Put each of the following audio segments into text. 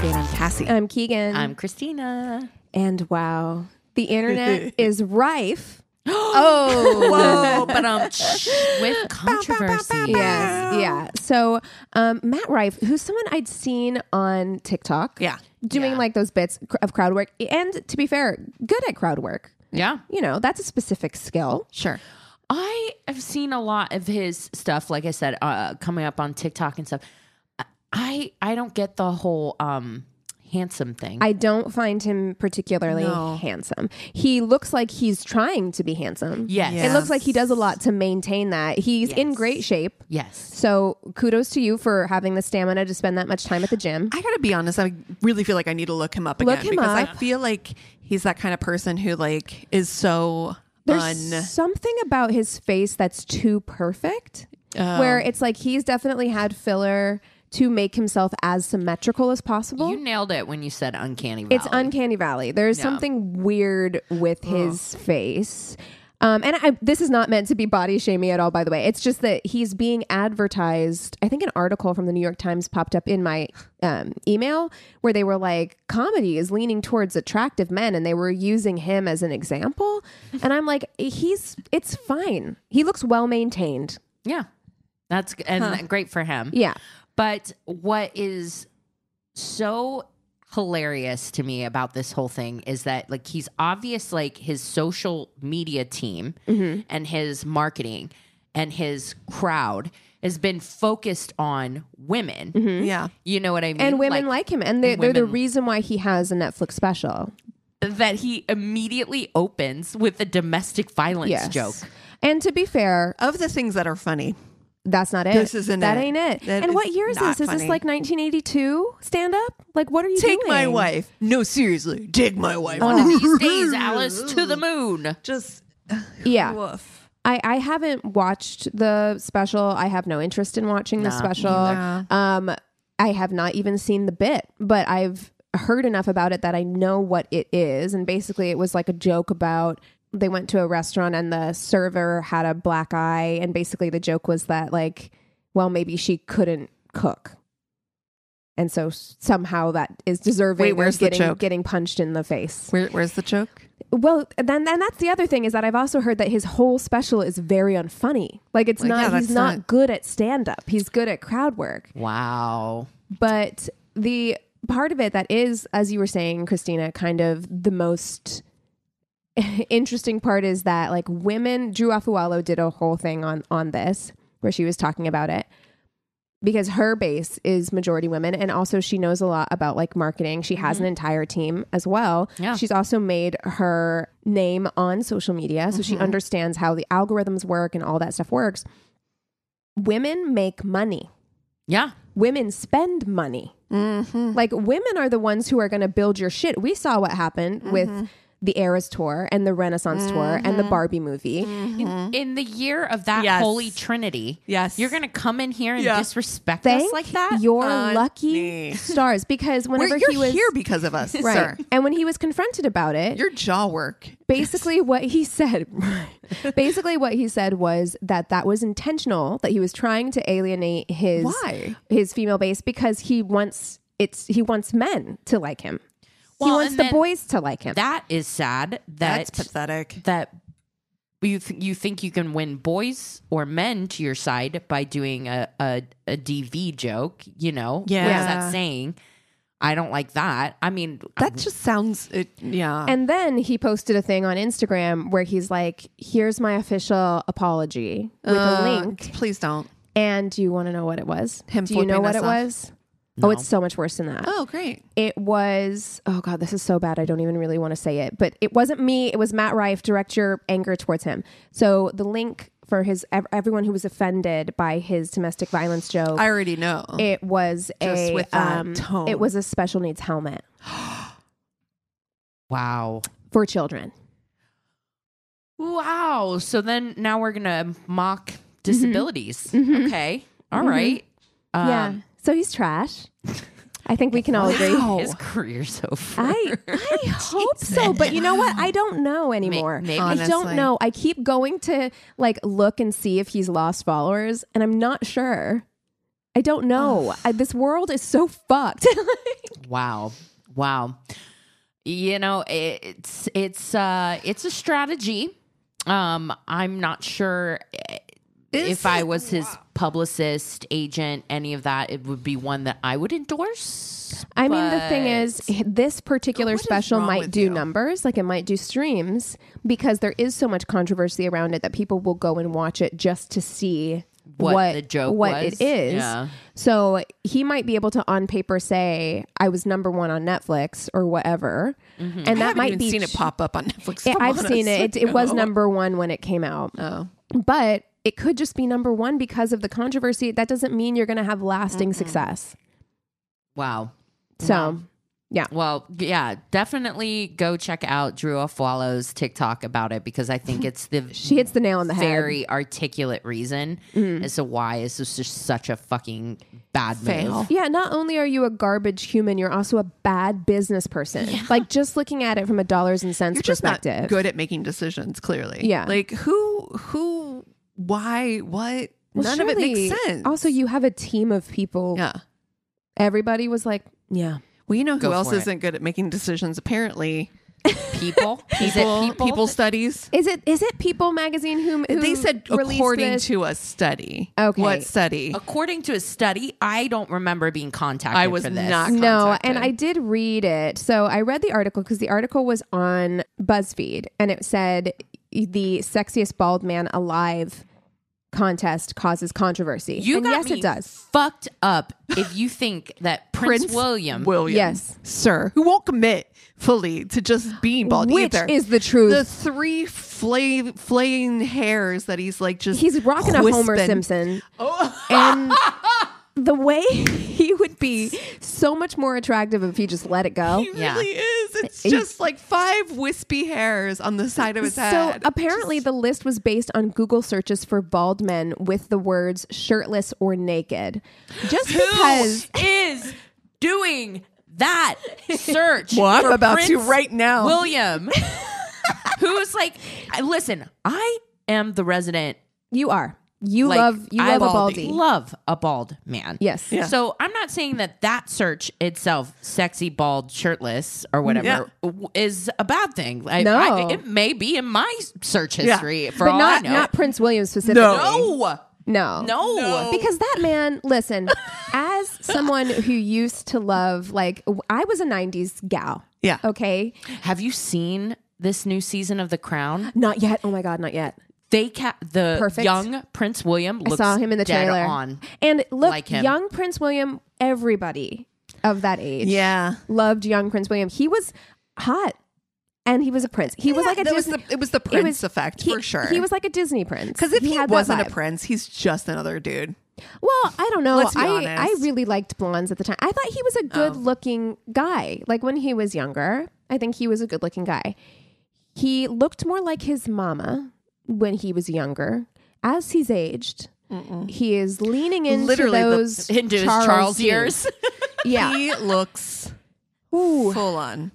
Cassie. I'm Keegan. I'm Christina. and wow, the internet is rife. Oh, whoa! But um, with controversy. Yes, yeah. So um, Matt Rife, who's someone I'd seen on TikTok, Yeah. doing Yeah. like those bits cr- of crowd work, and to be fair, good at crowd work. yeah, You know, that's a specific skill. sure. I have seen a lot of his stuff. Like I said, uh, coming up on TikTok and stuff. I I don't get the whole um handsome thing. I don't find him particularly No. handsome. He looks like he's trying to be handsome. Yes. It looks like he does a lot to maintain that. He's in Yes. great shape. yes. So kudos to you for having the stamina to spend that much time at the gym. I gotta be honest. I really feel like I need to look him up again Look him because I up. feel like he's that kind of person who like is so There's un. something about his face that's too perfect, where it's like he's definitely had filler to make himself as symmetrical as possible. You nailed it when you said uncanny. It's valley. uncanny valley. There's something weird with his face. Um, and I, this is not meant to be body shaming at all, by the way. It's just that he's being advertised. I think an article from the New York Times popped up in my um, email where they were like, comedy is leaning towards attractive men, and they were using him as an example. And I'm like, he's, it's fine. He looks well maintained. Yeah. That's g- and great for him. Yeah. But what is so hilarious to me about this whole thing is that like he's obvious like his social media team Mm-hmm. and his marketing and his crowd has been focused on women. yeah. You know what I mean? Mm-hmm. And women like, him, and they're, they're the women- reason why he has a Netflix special. that he immediately opens with a domestic violence joke. And to be fair, Of the things that are funny, That's not it. This isn't that it. ain't it. That and is what year is not this? Is funny. this like 1982 stand up? Like, what are you take doing? my wife. No, seriously, take my wife. One of these days, Alice to the moon. Just Yeah, woof. I, I haven't watched the special. I have no interest in watching the special. Um, I have not even seen the bit, but I've heard enough about it that I know what it is. And basically, it was like a joke about they went to a restaurant and the server had a black eye, and basically the joke was that like, well, maybe she couldn't cook. and so s- somehow that is deserving Wait, of where's the getting joke? getting punched in the face. Where, where's the joke? Well, then then that's the other thing is that I've also heard that his whole special is very unfunny. Like it's Like, not yeah, he's that's not not- good at stand up. He's good at crowd work. Wow. But the part of it that is as you were saying Christina kind of the most interesting part is that like women Drew Afualo did a whole thing on on this where she was talking about it because her base is majority women and also she knows a lot about like marketing she has an entire team as well Yeah. she's also made her name on social media so she understands how the algorithms work and all that stuff works women make money Yeah. women spend money Mm-hmm. like women are the ones who are going to build your shit we saw what happened Mm-hmm. with the eras tour and the renaissance tour and the barbie movie in the year of that Mm-hmm. Yes. holy trinity Yes. you're gonna come in here and Yeah. disrespect thank us like that your on lucky me. stars because whenever We're, you're he was here because of us, sir. Right. And when he was confronted about it, Your jaw work. basically what he said, basically what he said was that that was intentional. That he was trying to alienate his Why? his female base because he wants it's he wants men to like him. he Well, wants and the then boys to like him. that is sad that That's pathetic. that you th- you think you can win boys or men to your side by doing a a, a dv joke you know what is Yeah. that saying i don't like that i mean That just sounds. It, yeah. and then he posted a thing on Instagram where he's like, "Here's my official apology with a Uh, link." Please don't. And do you want to know what it was? Him do you flipping know what us it off. was? Oh, it's so much worse than that. Oh, great. It was, oh God, this is so bad. I don't even really want to say it, but it wasn't me. It was Matt Rife. Direct your anger towards him. So the link for his, ev- everyone who was offended by his domestic violence joke, I already know. it was Just a, with that um, tone. it was a special needs helmet wow for children. wow so then now we're gonna mock Mm-hmm. disabilities okay All right. yeah. So he's trash. I think we can all agree. um, his career's over I I hope so, but you know what? I don't know anymore. maybe- I don't Honestly. know. I keep going to like look and see if he's lost followers, and I'm not sure. I don't know. I, this world is so fucked. Wow. Wow. You know, it's it's uh it's a strategy. Um I'm not sure eh, This if I is- was his publicist, agent, any of that, it would be one that I would endorse. I mean, the thing but- is, this particular What is special wrong might with do you? numbers, like it might do streams, because there is so much controversy around it that people will go and watch it just to see What the joke what it was? is. Yeah. So he might be able to, on paper, say I was number one on Netflix or whatever, and Mm-hmm. I that haven't might even be seen it pop up on Netflix. Yeah, if I'm I've seen it. honest. it. It was number one when it came out. Oh. But it could just be number one because of the controversy. That doesn't mean you're going to have lasting success. Wow. So, Well, yeah, definitely go check out Drew Afwalo's TikTok about it because I think it's the she hits the nail on the head. very articulate reason as to why this was just such a fucking bad Fail. move. Yeah, not only are you a garbage human, you're also a bad business person. Like just looking at it from a dollars and cents You're just not perspective. good at making decisions. Clearly, Yeah. Like who, who, why, what? Well, None of it makes surely- sense. Also, you have a team of people. yeah. Everybody was like, yeah. Well, you know who Go else for it. isn't good at making decisions? Apparently, People, Is it people, people, people studies. Is it is it People magazine who, who They said released according this? to a study. Okay. What study? According to a study, I don't remember being contacted. I was for this. not. No, contacted. and I did read it. So I read the article because the article was on BuzzFeed and it said "E, the sexiest bald man alive contest causes controversy. You and got yes, me it does. Fucked up. If you think that Prince, Prince William, William, Yes. sir, who won't commit fully to just being bald Which either. is the truth. the three flay, flaying hairs that he's like just He's rocking a Homer wisping. Simpson. Oh. and the way he would be so much more attractive if he just let it go. He really Yeah. is. It's He's- just like five wispy hairs on the side of his So head. apparently, the list was based on Google searches for bald men with the words shirtless or naked. Just because who is doing that search? Well, I'm for about to Prince right now. William, who's like, I- listen, I am the resident. you are, you Like, love, you I love a baldy. Love a bald man. Yes. Yeah. So I'm not saying that that search itself, sexy, bald, shirtless, or whatever, w is a bad thing. I, No. I- it may be in my search history for but all not I know. not Prince William specifically. no, no, no, Because that man, listen, as someone who used to love, like w- I was a '90s gal. Yeah. Okay. Have you seen this new season of The Crown? Not yet. Oh my God, not yet. They ca- the Perfect. young Prince William. Looks I saw him in the dead trailer. on. and look, like him. young Prince William. Everybody of that age. yeah. loved young Prince William. He was hot, and he was a prince. He was like a That was Disney. the- it was the it prince effect, he- for sure. He was like a Disney prince Because if he, had that wasn't a vibe. prince, he's just another dude. well, I don't know. Let's be I honest. Oh. I really liked blondes at the time. I thought he was a good looking guy. Like when he was younger, I think he was a good looking guy. He looked more like his mama when he was younger. As he's aged, he is leaning into Literally the- those Into his Charles, Charles, Dean. years. Yeah. He looks Ooh. full on.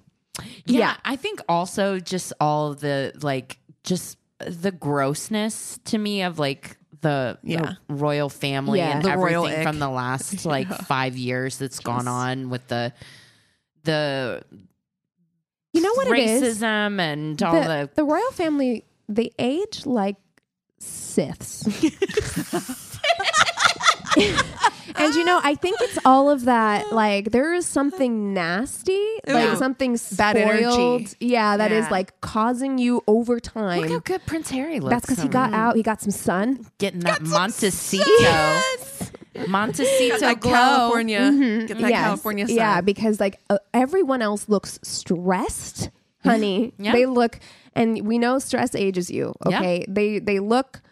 yeah, Yeah. I think also just all of the like just the grossness to me of like the, the Yeah. royal family Yeah. and The royal everything ick. from the last like five years that's gone on with the the You know what it is? racism and all the, the royal family they age like Siths. and you know, I think it's all of that. Like there is something nasty, like Ooh. something Bad energy. spoiled. Yeah, that is Yeah. like causing you over time. look how good Prince Harry looks. That's because he I'm got out. He got some sun. getting that Montecito Got Montecito that glow. California. Get that Mm-hmm. Yes. California sun. Yeah, because like uh, everyone else looks stressed, honey. Yeah. They look, and we know stress ages you. Yeah. Okay, they they look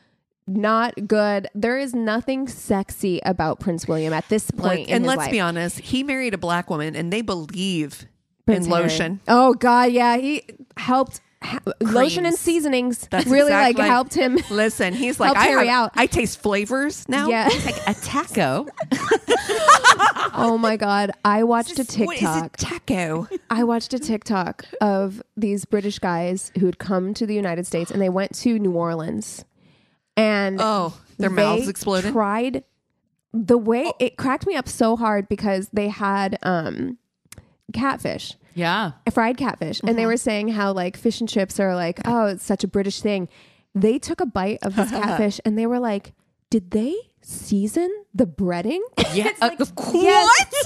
not good. There is nothing sexy about Prince William at this Look, point. in and his let's life. be honest, he married a black woman and they believe Prince in Harry. lotion. Oh God, yeah, he helped ha- lotion and seasonings. That's really exactly- like helped him. Listen, he's like, Helped I, Harry have- out. I taste flavors now. Yeah. a taco. oh my God, I watched a TikTok. What is a taco? I watched a TikTok of these British guys who had come to the United States and they went to New Orleans. And Oh, their they mouths exploded. Oh. Tried the way it cracked me up so hard because they had um catfish, Yeah. fried catfish, and they Mm-hmm. were saying how like fish and chips are like, oh, it's such a British thing. They took a bite of this catfish and they were like, did they season the breading? Yeah. It's like, of course. yes.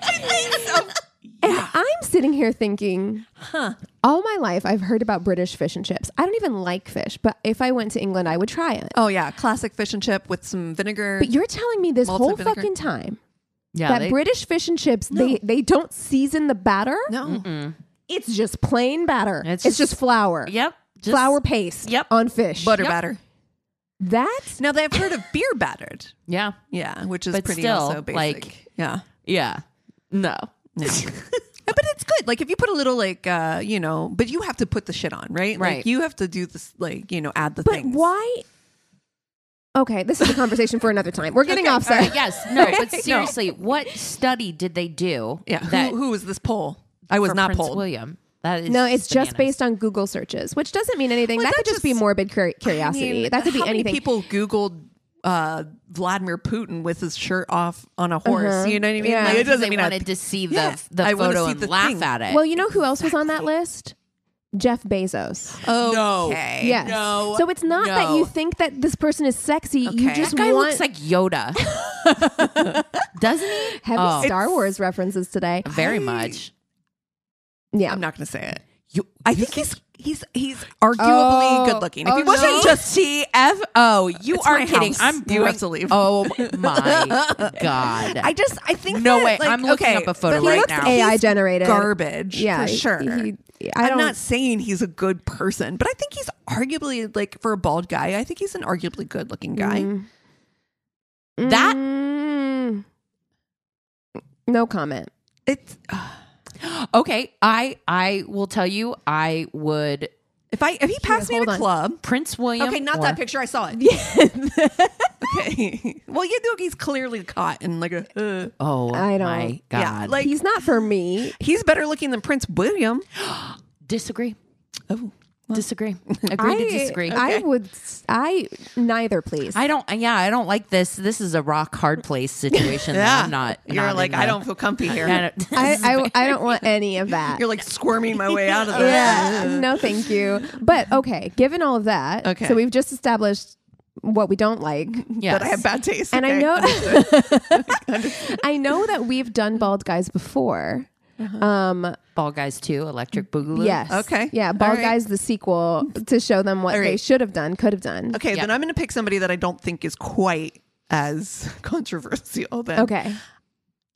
What? And I'm sitting here thinking, all my life I've heard about British fish and chips. I don't even like fish, but if I went to England, I would try it. oh yeah, classic fish and chip with some vinegar. But you're telling me this Malted whole vinegar. fucking time Yeah. that they- British fish and chips they they don't season the batter. no, It's just plain batter. It's, It's just, flour. Yep. Just, flour paste Yep. on fish. butter Yep. batter. That Now they've heard of beer battered. Yeah. Yeah, which is But pretty still, also basic. like- yeah. Yeah. No. Uh, But it's good. Like if you put a little like uh, you know, but you have to put the shit on, right? Like Right. you have to do this like, you know, add the but things. why Okay, this is a conversation for another time. We're getting off All offset. right, yes. No. But seriously, what study did they do? Yeah. That who, who was this poll? I was for not Prince polled. William. That is No, it's just bananas. based on Google searches, which doesn't mean anything. Well, that that could just, just- be morbid cur- I curiosity. mean, that could be how many anything. people Googled uh, Vladimir Putin with his shirt off on a horse. You know what I mean? Yeah. Like, it Because doesn't they mean I wanted to see the Yeah. the I wanna photo see and the laugh thing. at it. well, you know who else was on that list? Jeff Bezos. No. Okay. Yes. No. so it's not that you No. think that this person is sexy. You Okay. just That guy want looks like Yoda, doesn't he? heavy Oh. Star Wars references today. Very much. Yeah. I'm not going to say it. You, I think he's he's he's arguably Oh. good looking. If Oh, he wasn't no? just CFO. You It's are my kidding. house. I'm You bring- have to leave. Oh my god. I just I think No that, way. like, I'm looking okay, up a photo but he right looks now. AI he's generated. garbage. Yeah, for he- sure. he- I I don't- am not saying he's a good person, but I think he's arguably like for a bald guy. I think he's an arguably good looking guy. That- Mm. No comment. It's okay. I I will tell you. I would if I if he passed me hold in a on. club. Prince William. Okay, not or- that picture. I saw it. Yeah. okay. Well, you know he's clearly caught in like a. Uh, Oh, I don't- my god. yeah, like He's not for me. he's better looking than Prince William. disagree. Oh, Disagree. I Agree to disagree. I would. s- I neither. Please. I don't. Yeah, I don't like this. This is a rock hard place situation. that I'm not. You're not in like I the- don't feel comfy here. I don't- I, I, I don't want any of that. You're like squirming my way out of this. yeah. No, thank you. But okay, given all of that, Okay. So we've just established what we don't like, Yes. That I have bad taste. and I Okay. know, I know that we've done bald guys before. Um. Ball Guys too. Electric Boogaloo. Yes. Uh-huh. Okay. Yeah. Bald All right. guys, the sequel to show them what All they right. should have done, could have done. Okay, Yeah. then I'm going to pick somebody that I don't think is quite as controversial. Then Okay.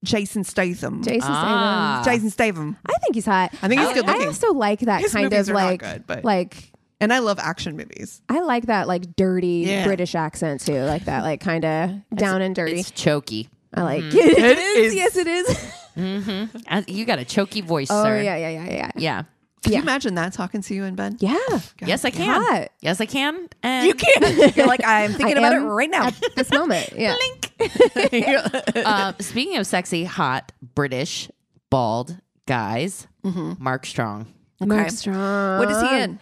Jason Statham. Jason Ah. Jason Statham, Statham. I think he's hot. I think he's I, good looking. I also like that His kind movies of are not like good, but- like and I love action movies. I like that like dirty Yeah. British accent too, like that like kind of down and dirty. It's choky. I like it. mm-hmm. It is. Yes, it is. Uh, You got a choky voice, oh sir. yeah, yeah, yeah, yeah, yeah. Yeah. Can Yeah. you imagine that talking to you in bed? Yeah. Yes, I can. God. Yes, I can. And You can. You're like I'm thinking I about it am right now. at this moment. Yeah. uh, speaking of sexy, hot, British, bald guys, Mm-hmm. Mark Strong. Mark Strong. What is he in?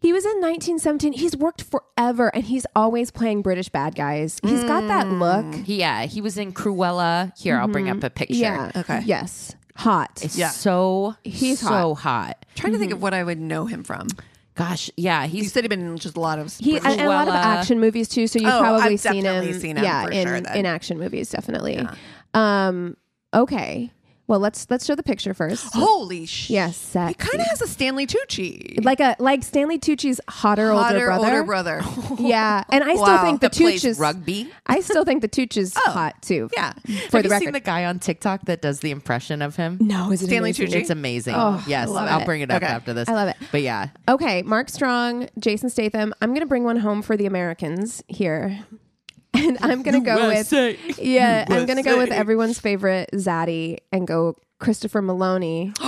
He was in 1917. He's worked forever, and he's always playing British bad guys. He's got that Mm. look. He, yeah, he was in Cruella. Here, I'll bring up a picture. Mm-hmm. Yeah. Okay. Yes. Hot. It's Yeah. so He's so hot. trying to think of what I would know him from. Gosh, yeah, You he's said he'd been in just a lot of. He British- and, and a lot of Cruella. action movies too, so you've Oh, probably I've seen definitely him. seen him yeah, for in sure then. in action movies, definitely. Um, okay, well let's let's show the picture first. Holy shit! Yes, he kind sexy. of has a Stanley Tucci. Like a like Stanley Tucci's hotter, older Hotter, brother. older brother. Yeah, and I still Wow. think the that plays Tucci's. rugby. I still think the Tucci's hot too. Oh, yeah. for Have the you seen record. the guy on TikTok that does the impression of him? no, is it Stanley amazing? Tucci? It's amazing. Oh, I yes, love I'll it. bring it up Okay. after this. I love it. But yeah, Okay, Mark Strong, Jason Statham. I'm gonna bring one home for the Americans here, and I'm gonna go with Yeah, I'm gonna go with everyone's favorite Zaddy and go Christopher Maloney.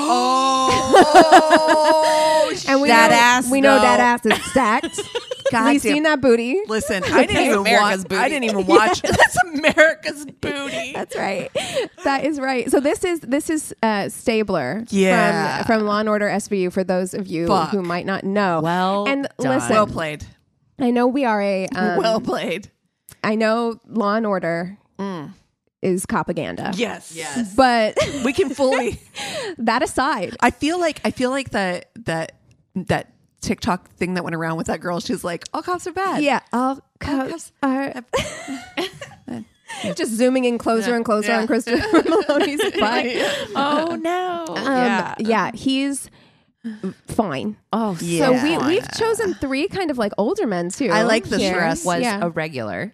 Oh, And we that know, ass. We know though. that ass is stacked. God We've damn- seen that booty. Listen, I didn't even America's watch. booty. I didn't even watch. That's America's booty. That's right. That is right. So this is this is uh, Stabler Yeah. from, from Law and Order SVU for those of you Fuck. who might not know. Well and done. listen, well played. I know we are a. Um, well played. I know Law and Order is propaganda. Yes. Yes. But We can fully. that aside, I feel like I feel like that that that TikTok thing that went around with that girl. She's like, all cops are bad. yeah, all cups cups are. Just zooming in closer and closer Yeah. on Christopher Maloney's butt. Oh no. Um, yeah. he's fine. Oh, So Yeah. we we've chosen three kind of like older men too. I like this Here. dress. was yeah. a regular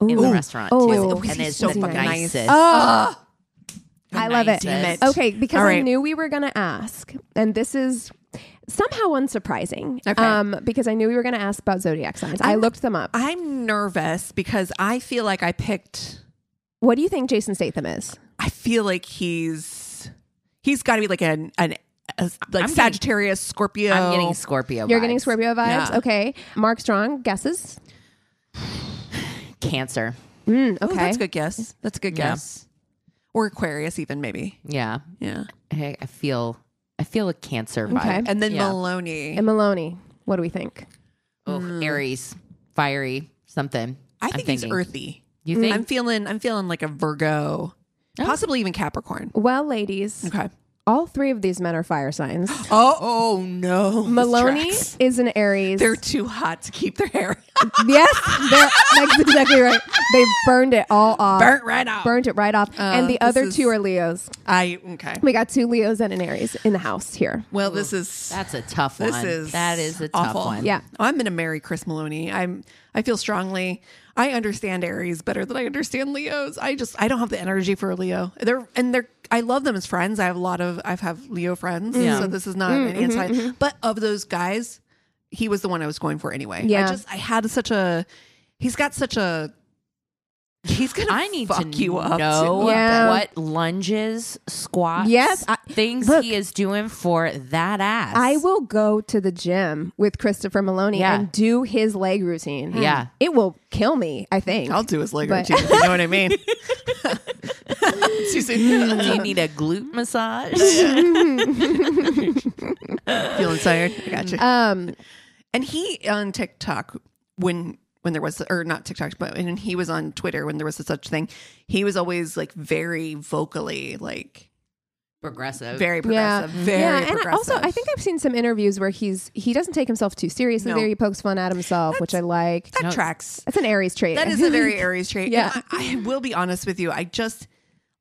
in the Ooh. restaurant Oh. too, Was and he is so the fucking nice? nicest. Ah. Oh, The I love it. nicest. Okay, because All I right. knew we were gonna ask, and this is somehow unsurprising. Okay. Um, because I knew we were gonna ask about zodiac signs. i I'm- looked them up. I'm nervous because I feel like I picked. what do you think Jason Statham is? I feel like he's he's got to be like an an a, like I'm getting- Sagittarius Scorpio. I'm getting Scorpio. You're getting vibes. Scorpio vibes. Yeah. Okay. Mark Strong guesses. Cancer. Mm, Ooh, okay. oh, that's a good guess. That's a good Yeah. guess. Or Aquarius, even maybe. Yeah, Yeah. I, I feel I feel a Cancer vibe. Okay. And then Yeah. Maloney. And Maloney, what do we think? Oh, Aries, fiery, something. Mm. I I'm think he's thinking. earthy. You think? Oh. I'm feeling. I'm feeling like a Virgo, possibly even Capricorn. Well, ladies, Okay. all three of these men are fire signs. Oh, oh no, This Maloney tracks. is an Aries. They're too hot to keep their hair yes, they're, that's exactly right. They burned it all off. burnt right off. Uh, Burned it right off. and the this other is- two are Leos. I okay. We got two Leos and an Aries in the house here. Well, this is That's a tough one. this is that is a awful. tough one. Yeah. Oh, I'm gonna marry Chris Maloney. I'm I feel strongly. I understand Aries better than I understand Leos. I just I don't have the energy for a Leo. They're and they're I love them as friends. I have a lot of I've have Leo friends. Yeah. Mm-hmm, So this is not an anti but of those guys, he was the one I was going for anyway. I Yeah. just I had such a he's got such a he's gonna I need fuck to you up. know Yeah. what lunges, squats, Yes, I- things look. he is doing for that ass. I will go to the gym with Christopher Maloney Yeah. and do his leg routine. Yeah. It will kill me, I think. I'll do his leg But- routine. if You know what I mean? It's easy. Do you need a glute massage? Feeling tired? I got you. um, And he on TikTok when when there was or not TikTok, but when he was on Twitter when there was a such thing, he was always like very vocally like Progressive. very yeah, progressive, very yeah, and I- progressive. also I think I've seen some interviews where he's he doesn't take himself too seriously. No. There, he pokes fun at himself, which I like. that tracks. That's an Aries trait. That is a very Aries trait. Yeah. And I, I will be honest with you. I just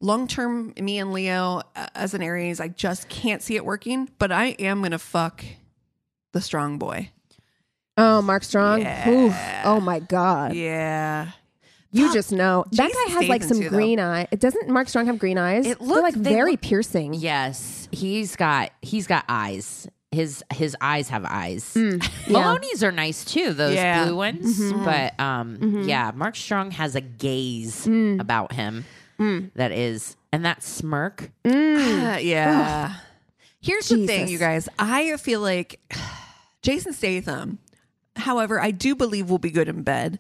long term me and Leo uh, as an Aries, I just can't see it working. But I am gonna fuck the strong boy. oh Mark Strong. Yeah. Oof. Oh my God, Yeah. you just know that Jason guy has like Statham some too, though. green eye. It doesn't Mark Strong have green eyes? It They're looked- like they very piercing. Yes, he's got he's got eyes. His his eyes have eyes. yeah. Maloney's are nice too. Those Yeah. blue ones, but um, yeah, Mark Strong has a gaze about him that is, and that smirk. Uh, Mm. yeah. Here's the thing, Jesus. you guys. I feel like Jason Statham, however, I do believe will be good in bed.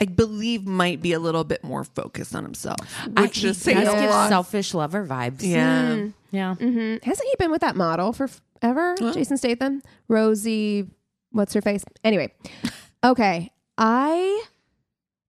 I believe might be a little bit more focused on himself, I which is he saying does a give Mm. lot. selfish lover vibes. yeah. yeah. hmm Hasn't he been with that model for ever? Jason Statham, Rosie, what's her face? Anyway, okay. I,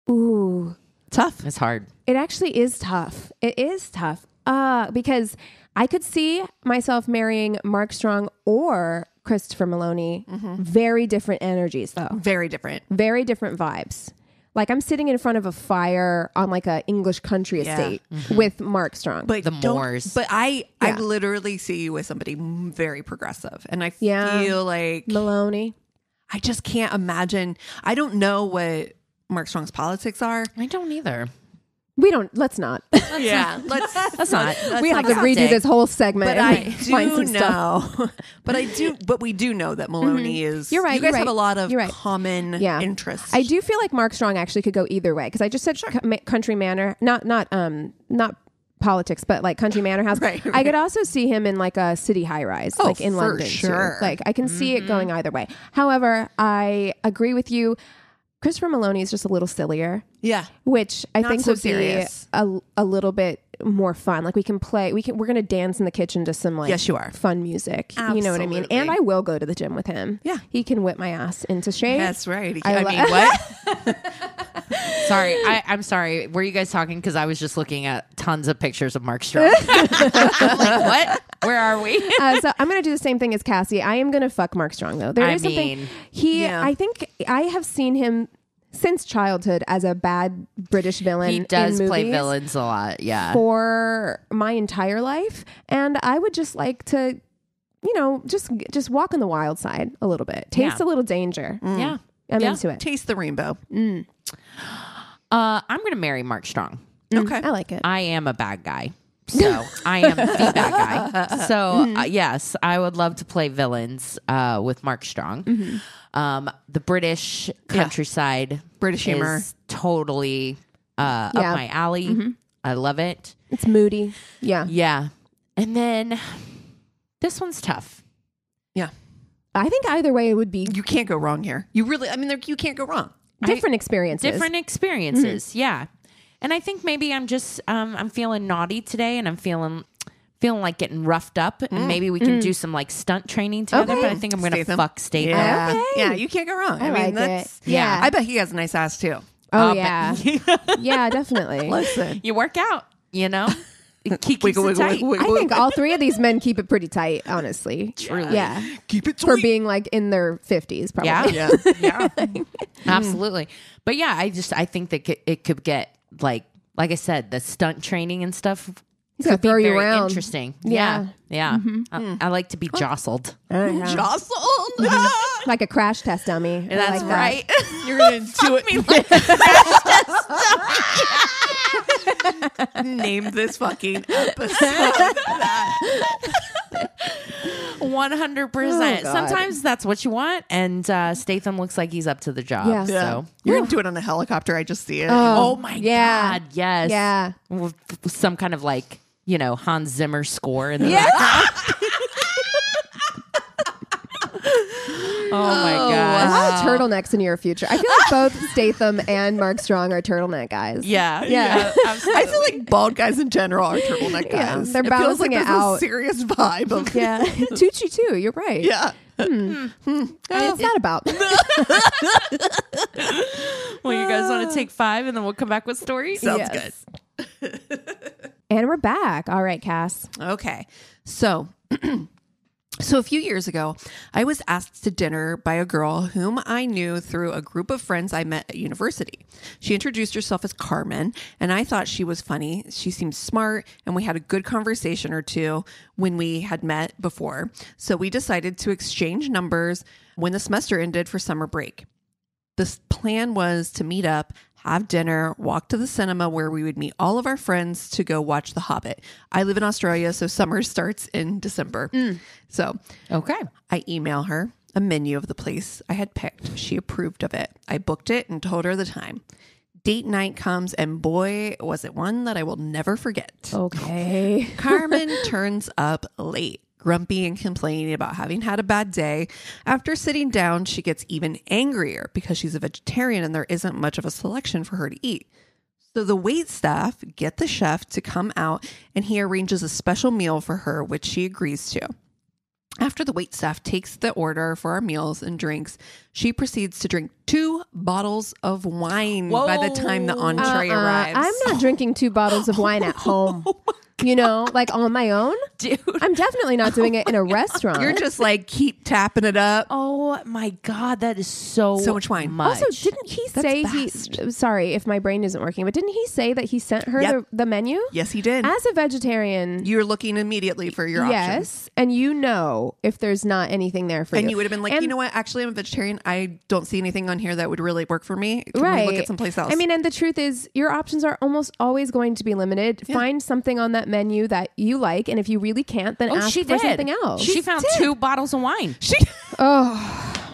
ooh, tough. It's hard. it actually is tough. It is tough. Uh, because I could see myself marrying Mark Strong or Christopher Maloney. Mm-hmm. Very different energies, though. Very different. Very different vibes. Like I'm sitting in front of a fire on like a English country Yeah. Mm-hmm. estate with Mark Strong. But The don't- Moors. But I, I Yeah. literally see you as somebody very progressive, and I Yeah. feel like Maloney. I just can't imagine. I don't know what Mark Strong's politics are. I don't either. We don't. Let's not. yeah, let's That's not. we have to redo this whole segment. but and I find do some stuff. know. but I do. But we do know that Maloney is. Mm-hmm. You're right, You guys you're have a right, lot of you're right. common Yeah. interests. I do feel like Mark Strong actually could go either way because I just said co- ma- country manor, not not um not politics, but like country manor house. Right, I could also see him in like a city high rise, like in for London. too. sure. Like I can see it Mm-hmm. going either way. However, I agree with you. Christopher Maloney is just a little sillier. Yeah. which I Not think so would serious. be a, a little bit more fun. Like we can play, we can we're gonna dance in the kitchen to some like Yes, you are. fun music. You know what I mean? And Absolutely. I will go to the gym with him. Yeah. he can whip my ass into shape. That's right. I I, lo- mean, what? Sorry, I, I'm sorry. Were you guys talking? Because I was just looking at tons of pictures of Mark Strong. I'm like, what? Where are we? Uh, so I'm gonna do the same thing as Cassie. I am gonna fuck Mark Strong though. There I is something mean, he. yeah. I think I have seen him since childhood as a bad British villain. He does in play movies villains a lot. Yeah. for my entire life, and I would just like to, you know, just just walk on the wild side a little bit, taste Yeah. a little danger. Yeah. I'm Yeah. into it. Taste the rainbow. Uh, I'm going to marry Mark Strong. Okay. I like it. I am a bad guy. So I am the bad guy. So uh, yes, I would love to play villains uh, with Mark Strong. Um, the British countryside, British humor. is totally uh, Yeah. up my alley. I love it. It's moody. Yeah, Yeah, and then this one's tough. Yeah. I think either way it would be You can't go wrong here. You really, I mean, there, you can't go wrong. different experiences. Mm-hmm. Different experiences, yeah. And I think maybe I'm just um, I'm feeling naughty today, and I'm feeling feeling like getting roughed up, and Mm, maybe we can do some like stunt training together. Okay. But I think I'm gonna Statham. fuck Statham. Yeah. Okay. Yeah, you can't go wrong. I, I, mean, like that's, it. Yeah. I bet he has a nice ass too. oh Uh, but- yeah. yeah, definitely. Listen. Oh, you work out, you know. It keeps it Wiggle, wiggle, tight. wiggle, I wiggle. think all three of these men keep it pretty tight, honestly. Truly. Yeah. Keep it For sweet. being like in their 50s, probably. Yeah. yeah. Yeah. Absolutely. But yeah, I just I think that c- it could get like like I said, the stunt training and stuff He's going to be throw you very around. interesting. Yeah. Yeah. Mm-hmm. I, Mm. I like to be jostled. Jostled. Like a crash test dummy. I That's like that. right. You're going to do it. Name this fucking episode. One hundred percent. Oh, God. Sometimes that's what you want, and uh, Statham looks like he's up to the job. Yeah. So, Yeah. You're going to do it on a helicopter. I just see it. oh my yeah. god, yes, Yeah. With some kind of like you know Hans Zimmer score in the Yeah. Oh my A god, lot Uh, of turtlenecks in your future. I feel like both Statham and Mark Strong are turtleneck guys. Yeah, Yeah. absolutely. I feel like bald guys in general are turtleneck Yeah, guys. they're it feels like balancing it there's out. A serious vibe of Yeah. Tucci, too. You're right. yeah. And it's not about. Well, you guys want to take five, and then we'll come back with stories. Sounds Yes. and we're back. All right, Cass. good. Okay, so. So, a few years ago, I was asked to dinner by a girl whom I knew through a group of friends I met at university. She introduced herself as Carmen, and I thought she was funny. She seemed smart, and we had a good conversation or two when we had met before. So, we decided to exchange numbers when the semester ended for summer break. The s- plan was to meet up, have dinner, walk to the cinema where we would meet all of our friends to go watch The Hobbit. I live in Australia, so summer starts in December. So Okay. I email her a menu of the place I had picked. She approved of it. I booked it and told her the time. Date night comes, and boy, was it one that I will never forget. Okay. Carmen turns up late, grumpy and complaining about having had a bad day. After sitting down, she gets even angrier because she's a vegetarian and there isn't much of a selection for her to eat. So the wait staff get the chef to come out and he arranges a special meal for her, which she agrees to. After the wait staff takes the order for our meals and drinks, she proceeds to drink two bottles of wine by the time the Whoa. entree Uh-uh. arrives. I'm not drinking two bottles of wine Oh at home. you know, like on my own. Dude. I'm definitely not doing it in a restaurant. You're just like keep tapping it up. Oh my God, that is so So much wine. also, didn't he say he? uh, Sorry if my brain isn't working, but didn't he say that he sent her Yep. the, the menu? Yes, he did. As a vegetarian, you were looking immediately for your options. yes, and you know if there's not anything there for you, And you would have been like, And- you know what? Actually, I'm a vegetarian. I don't see anything on here that would really work for me. Can right? we look at someplace else? I mean, and the truth is, your options are almost always going to be limited. Find something on that menu that you like, and if you really can't, then Oh, ask she for did something else. She, found two bottles of wine. she, oh,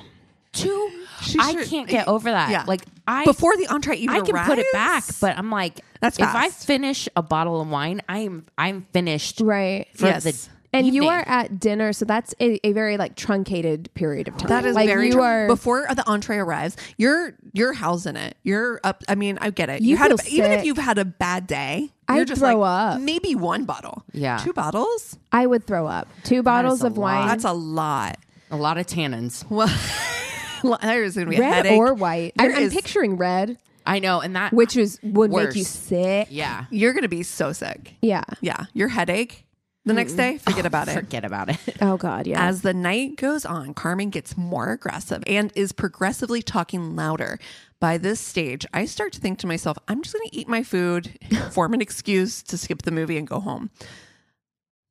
Two. She I should- can't get over that. Yeah. Like I before the entree even I can put it back, arrives? but I'm like, That's if I fast. finish a bottle of wine, I'm I'm finished right. for Yes. the and evening. you are at dinner, so that's a, a very like truncated period of time. That is like very you true. are. before the entree arrives. You're you're housing it. You're up. I mean, I get it. You had a, feel even if sick. you've had a bad day. I'd you're just throw like, up. Maybe one bottle. Yeah. two bottles. I would throw up. Two bottles a of lot. wine, That's a lot. a lot of tannins. Well, there's gonna be a red headache. or white. I, There I'm is- picturing red. I know, and that which is would make you Worse. sick. yeah. You're going to be so sick. Yeah. Yeah. Your headache the next day, forget Oh, about it. Forget about it. Oh God. Yeah. As the night goes on, Carmen gets more aggressive and is progressively talking louder. By this stage, I start to think to myself, I'm just going to eat my food, form an excuse to skip the movie and go home.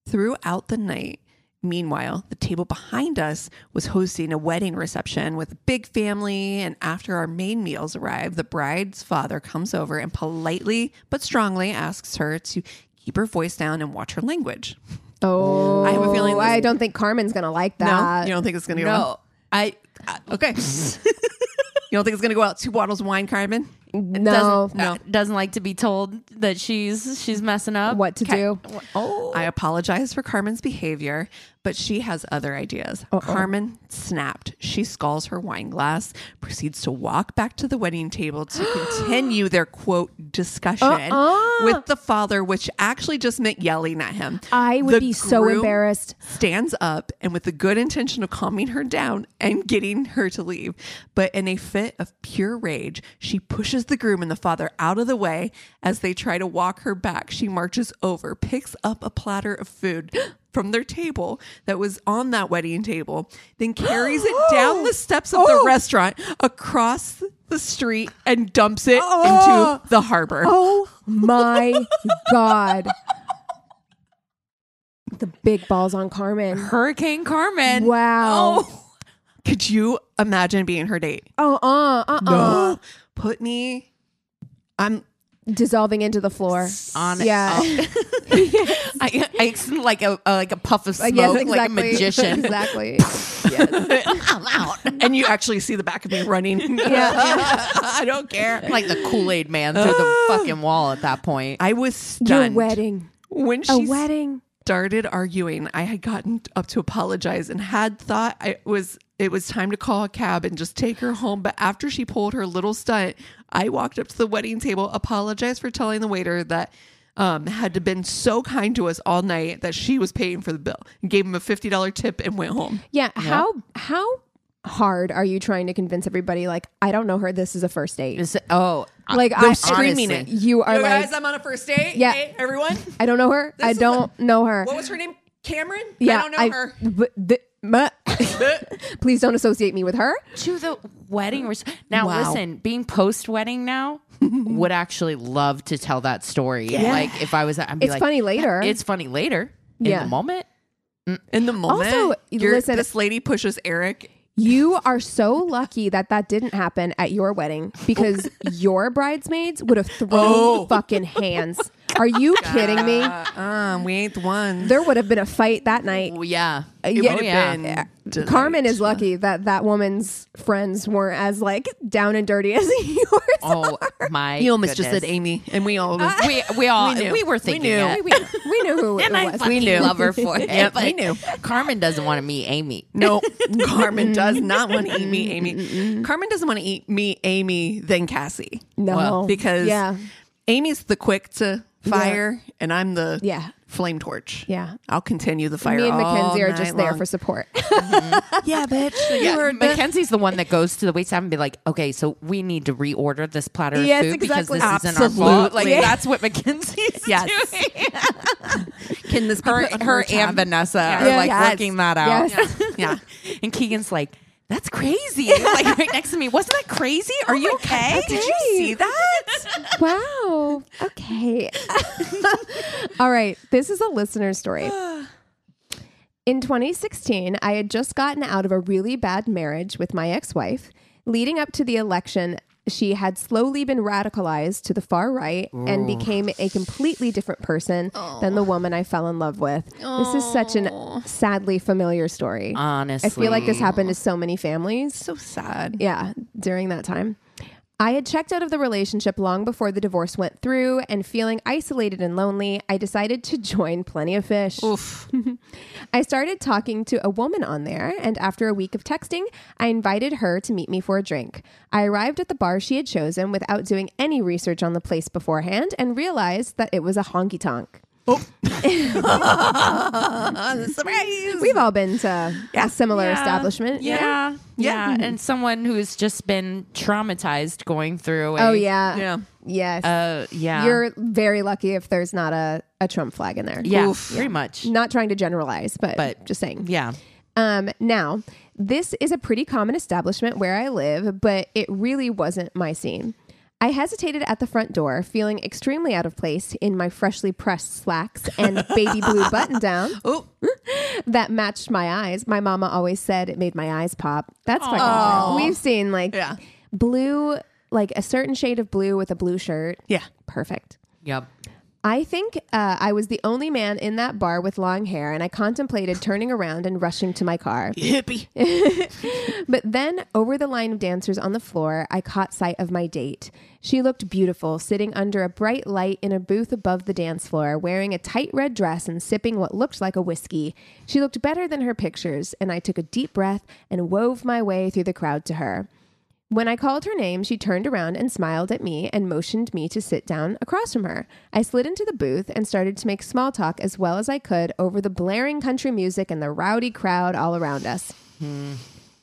Throughout the night, meanwhile, the table behind us was hosting a wedding reception with a big family. And after our main meals arrive, the bride's father comes over and politely but strongly asks her to keep her voice down and watch her language. oh, I have a feeling this- I don't think Carmen's gonna like that. no, you don't think it's going to go well? no, I. I Okay. you don't think it's gonna go out two bottles of wine, Carmen? Oh, No. doesn't, uh, doesn't like to be told that she's she's messing up. What to do? Oh, I apologize for Carmen's behavior, but she has other ideas. Carmen snapped. She sculls her wine glass, proceeds to walk back to the wedding table to continue their quote discussion Uh-uh. with the father, which actually just meant yelling at him. I would The be so groom embarrassed. Stands up and with the good intention of calming her down and getting her to leave. But in a fit of pure rage, she pushes the groom and the father out of the way as they try to walk her back. She marches over, picks up a platter of food from their table that was on that wedding table, then carries it down the steps of the restaurant across the street and dumps it into the harbor. Oh my God. The big balls on Carmen. Hurricane Carmen. Oh. Wow. Could you imagine being her date? Oh, uh, uh, uh. Put me. I'm. Dissolving into the floor. On oh, Yeah. I, I like a, a like a puff of smoke, yes, exactly. like a magician. Exactly. I'm out. And you actually see the back of me running. I don't care. like the Kool Aid Man through the fucking wall at that point. I was Your stunned wedding. when A she wedding. started arguing. I had gotten up to apologize and had thought I was it was time to call a cab and just take her home. But after she pulled her little stunt, I walked up to the wedding table, apologized for telling the waiter that. Um, had been so kind to us all night that she was paying for the bill and gave him a $50 tip and went home. Yeah. How how hard are you trying to convince everybody? Like, I don't know her. This is a first date. Is- oh, I- Like they're I- screaming honestly, it. You are You like, guys, I'm on a first date. Yeah. Hey, everyone. I don't know her. I is a- don't know her. What was her name? Cameron? yeah, Uh, I don't know her. but the- but- please don't associate me with her. to the wedding. Res- now, Wow. listen, being post wedding now would actually love to tell that story. Like if I was, I'd be It's like, funny later. It's funny later. In Yeah. the moment, In the moment, Also, you're- listen- this lady pushes Eric. You are so lucky that that didn't happen at your wedding because your bridesmaids would have thrown Oh. fucking hands. Are you kidding me? Um, we ain't the ones. There would have been a fight that night. oh, yeah, yeah. Oh, would've yeah. been delightful. Carmen is lucky that that woman's friends weren't as like down and dirty as yours. Oh my! He almost just goodness. said Amy, and we all We we all We we, knew. were We thinking knew. it. we, we knew who it and I was. fucking We knew. love her for it. Yep, we but knew. Carmen doesn't want to meet Amy. no. Carmen does not want to eat me, Amy. Carmen doesn't want to eat me, Amy, then Cassie, no, Well, because yeah, Amy's the quick to fire, and I'm the Yeah. flame torch. Yeah. I'll continue the fire. me and Mackenzie all are just night there long. for support. yeah, bitch. Yeah, You were the- Mackenzie's the one that goes to the wait staff and be like, "Okay, so we need to reorder this platter of Yes, food because exactly. this isn't our fault." Like Absolutely. that's what Mackenzie's Yes. doing. Can this be Her, put on her tab? and Vanessa are Yeah. like Yes. working that out, Yes. Yeah. and Keegan's like, "That's crazy!" like right next to me, wasn't that crazy? Are Oh you okay? Did you okay. see that? wow. Okay. All right. This is a listener story. In 2016, I had just gotten out of a really bad marriage with my ex wife. Leading up to the election, she had slowly been radicalized to the far right and became a completely different person than the woman I fell in love with. This is such an sadly familiar story. Honestly, I feel like this happened to so many families. So sad. Yeah, during that time. I had checked out of the relationship long before the divorce went through, and feeling isolated and lonely, I decided to join Plenty of Fish. Oof. I started talking to a woman on there, and after a week of texting, I invited her to meet me for a drink. I arrived at the bar she had chosen without doing any research on the place beforehand and realized that it was a honky tonk. Oh, Surprise! We've all been to a similar establishment. you know? Yeah. Yeah. And someone who's just been traumatized going through. a- Oh yeah. Yeah. Yes. Uh, yeah. You're very lucky if there's not a, a Trump flag in there. yeah. Oof. Pretty much. Not trying to generalize, but, But- just saying. Yeah. Um, now, this is a pretty common establishment where I live, but it really wasn't my scene. I hesitated at the front door, feeling extremely out of place in my freshly pressed slacks and baby blue button down Oh, that matched my eyes. My mama always said it made my eyes pop. That's fucking true. We've seen like Yeah. blue, like a certain shade of blue with a blue shirt. yeah. Perfect. Yep. I think uh, I was the only man in that bar with long hair, and I contemplated turning around and rushing to my car. Hippie. But then, over the line of dancers on the floor, I caught sight of my date. She looked beautiful, sitting under a bright light in a booth above the dance floor, wearing a tight red dress and sipping what looked like a whiskey. She looked better than her pictures, and I took a deep breath and wove my way through the crowd to her. When I called her name, she turned around and smiled at me and motioned me to sit down across from her. I slid into the booth and started to make small talk as well as I could over the blaring country music and the rowdy crowd all around us.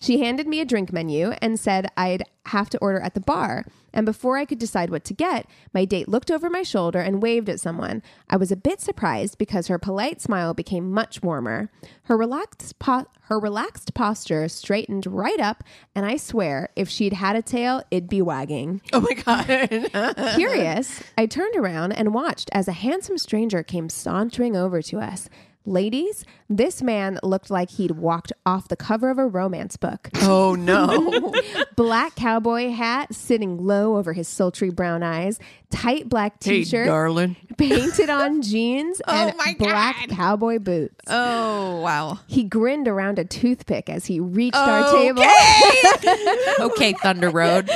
She handed me a drink menu and said I'd have to order at the bar. And before I could decide what to get, my date looked over my shoulder and waved at someone. I was a bit surprised because her polite smile became much warmer. Her relaxed po- her relaxed posture straightened right up, and I swear if she'd had a tail, it'd be wagging. Oh my god. Curious, I turned around and watched as a handsome stranger came sauntering over to us. Ladies, this man looked like he'd walked off the cover of a romance book. oh no. black cowboy hat sitting low over his sultry brown eyes, tight black hey, t-shirt, darling. painted on jeans, and my black cowboy boots. Oh wow. He grinned around a toothpick as he reached our table Okay, Thunder Road.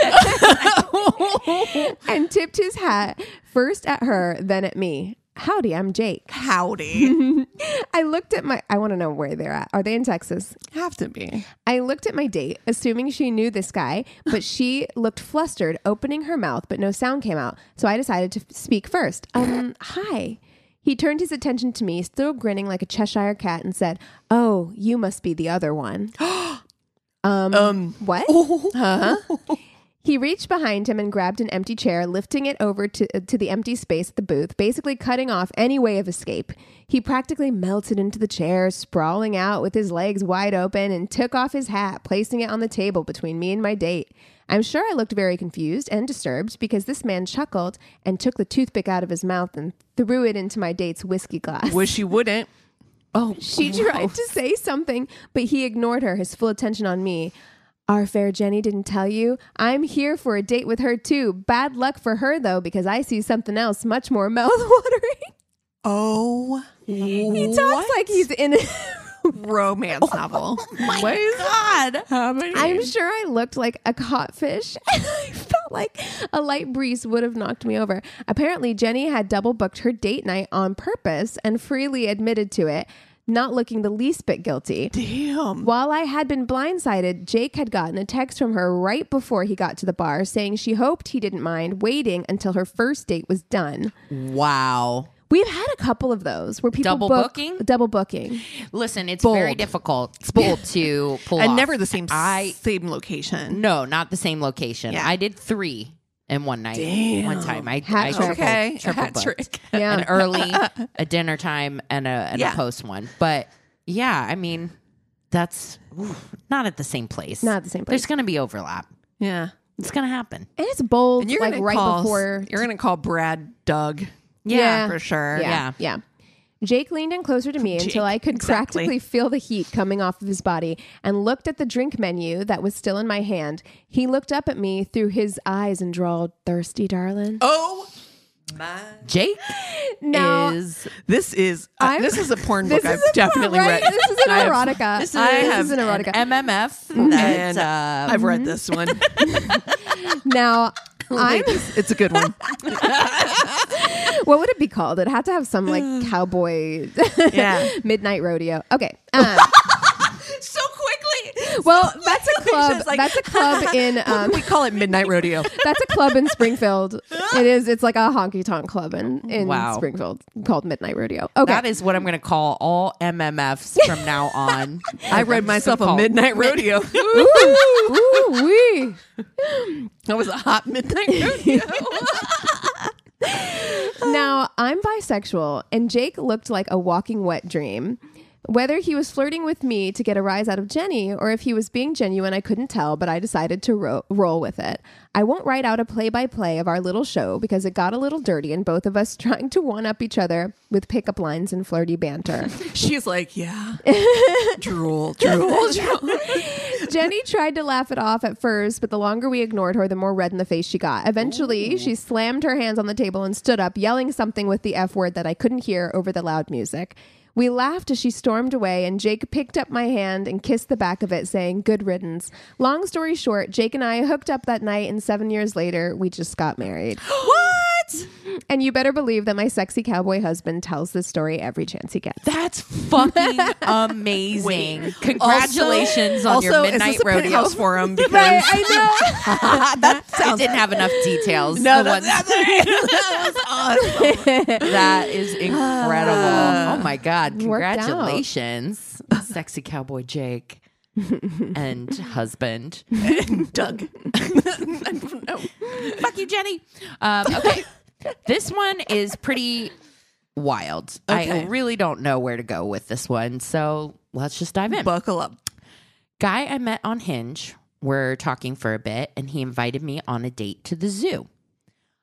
and tipped his hat first at her, then at me. Howdy, I'm Jake. Howdy. I looked at my I want to know where they're at. Are they in Texas? Have to be. I looked at my date, assuming she knew this guy, but she looked flustered, opening her mouth, but no sound came out. So I decided to f- speak first. Um, hi. He turned his attention to me, still grinning like a Cheshire cat, and said, Oh, you must be the other one. um, what? He reached behind him and grabbed an empty chair, lifting it over to, uh, to the empty space at the booth, basically cutting off any way of escape. He practically melted into the chair, sprawling out with his legs wide open, and took off his hat, placing it on the table between me and my date. I'm sure I looked very confused and disturbed because this man chuckled and took the toothpick out of his mouth and threw it into my date's whiskey glass. Wish you wouldn't. Oh, She tried to say something, but he ignored her, his full attention on me. Our fair Jenny didn't tell you. I'm here for a date with her too. Bad luck for her though, because I see something else much more mouthwatering. Oh. He talks like he's in. romance novel. What is- God. I'm sure I looked like a caught fish. I felt like a light breeze would have knocked me over. Apparently, Jenny had double booked her date night on purpose and freely admitted to it, not looking the least bit guilty. Damn. While I had been blindsided, Jake had gotten a text from her right before he got to the bar saying she hoped he didn't mind waiting until her first date was done. Wow. We've had a couple of those where people Double book- booking? double booking. Listen, it's Bold. very difficult to pull And off. never the same I same location. no, not the same location. Yeah. I did three in one night. Damn. One time, I, Hat I trick. triple, Okay. triple Hat booked. trick. Yeah. an early, a dinner time, and a and Yeah. a post one. But yeah, I mean, that's oof, not at the same place. Not the same place. There's going to be overlap. Yeah. It's going to happen. and it's bold, And you're like gonna right call, before. you're gonna call Brad Doug. Yeah. for sure. yeah. Yeah. Jake leaned in closer to me until I could exactly. practically feel the heat coming off of his body and looked at the drink menu that was still in my hand. He looked up at me through his eyes and drawled, Thirsty, darling. Oh my Jake Now- is this is uh, I'm- this is a porn This book is I've a- definitely right? read. This is an I have- erotica. this is, this I is an have erotica. an MMF that and uh, I've read this one. now, I'm, Ladies, it's a good one. what would it be called? It had to have some like cowboy Yeah. midnight rodeo. Okay. Um, so quickly. Well, that's a club. that's a club in um, we call it midnight rodeo. that's a club in Springfield. It is. It's like a honky tonk club in in Wow. Springfield called Midnight Rodeo. Okay, That is what I'm going to call all MMFs from now on. I read myself a midnight rodeo. ooh, ooh, wee. that was a hot midnight rodeo. Now, I'm bisexual, and Jake looked like a walking wet dream. Whether he was flirting with me to get a rise out of Jenny or if he was being genuine, I couldn't tell, but I decided to ro- roll with it. I won't write out a play by play of our little show because it got a little dirty and both of us trying to one up each other with pickup lines and flirty banter. She's like, yeah, drool, drool, drool. Jenny tried to laugh it off at first, but the longer we ignored her, the more red in the face she got. Eventually, she slammed her hands on the table and stood up, yelling something with the F word that I couldn't hear over the loud music. We laughed as she stormed away, and Jake picked up my hand and kissed the back of it, saying, Good riddance. Long story short, Jake and I hooked up that night, and seven years later, we just got married. What? and you better believe that my sexy cowboy husband tells this story every chance he gets. That's fucking amazing. Congratulations on your is this midnight a rodeo. Penthouse forum because I know. that I sounds didn't have enough details. no, The that, ones- that was awesome. that is incredible. oh my god! Worked out. Congratulations, sexy cowboy Jake and husband. Doug. I don't know. Fuck you, Jenny. Um, okay, this one is pretty wild. I Okay. really don't know where to go with this one, so let's just dive in. Buckle up. guy I met on Hinge, we're talking for a bit, and he invited me on a date to the zoo.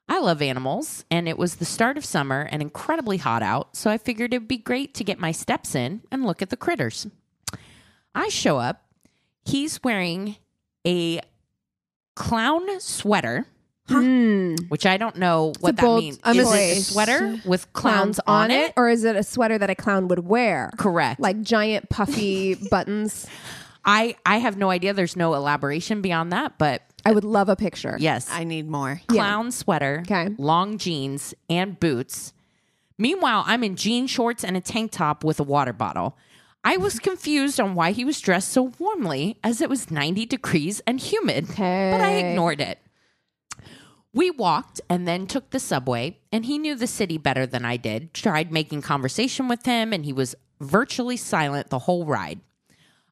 I love animals, and it was the start of summer and incredibly hot out, so I figured it'd be great to get my steps in and look at the critters. I show up. He's wearing a clown sweater, Hmm. which I don't know what that bold means. I'm Is it a choice. sweater with clowns, on it? or is it a sweater that a clown would wear? Correct. Like giant puffy buttons. I I have no idea. There's no elaboration beyond that, but I would love a picture. yes, I need more. clown sweater, Okay. long jeans, and boots. Meanwhile, I'm in jean shorts and a tank top with a water bottle. I was confused on why he was dressed so warmly as it was 90 degrees and humid, but I Okay. ignored it. We walked and then took the subway, and he knew the city better than I did. Tried making conversation with him, and he was virtually silent the whole ride.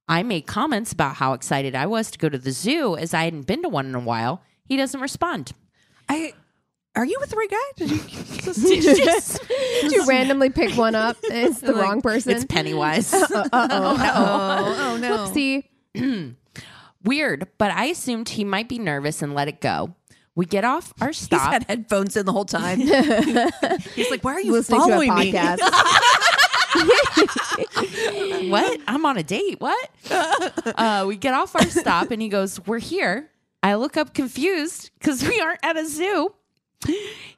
I made comments about how excited I was to go to the zoo as I hadn't been to one in a while. He doesn't respond. I are you with the right guy? Did you Just to randomly pick one up. It's the wrong person. It's Pennywise. Oh, oh no. See, Weird, but I assumed he might be nervous and let it go. We get off our He's stop. had headphones in the whole time. He's like, why are you listening to a following me? podcast. Uh, what? I'm on a date. What? uh, we get off our stop and he goes, We're here. I look up confused because we aren't at a zoo.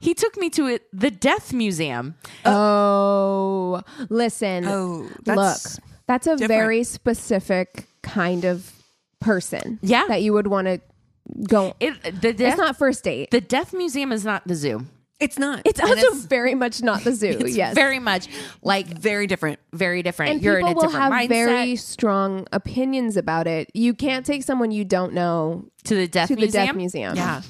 He took me to it, the Death Museum. oh, listen. Oh, that's- look. That's a different. very specific kind of person. Yeah. That you would want to go. It, the, death, it's not first date. the Death Museum is not the zoo. It's not. it's also very much not the zoo. yes. Very much like very different. very different. and You're in people a will different have mindset. very strong opinions about it. You can't take someone you don't know to the Death to the Museum. death museum. Yeah.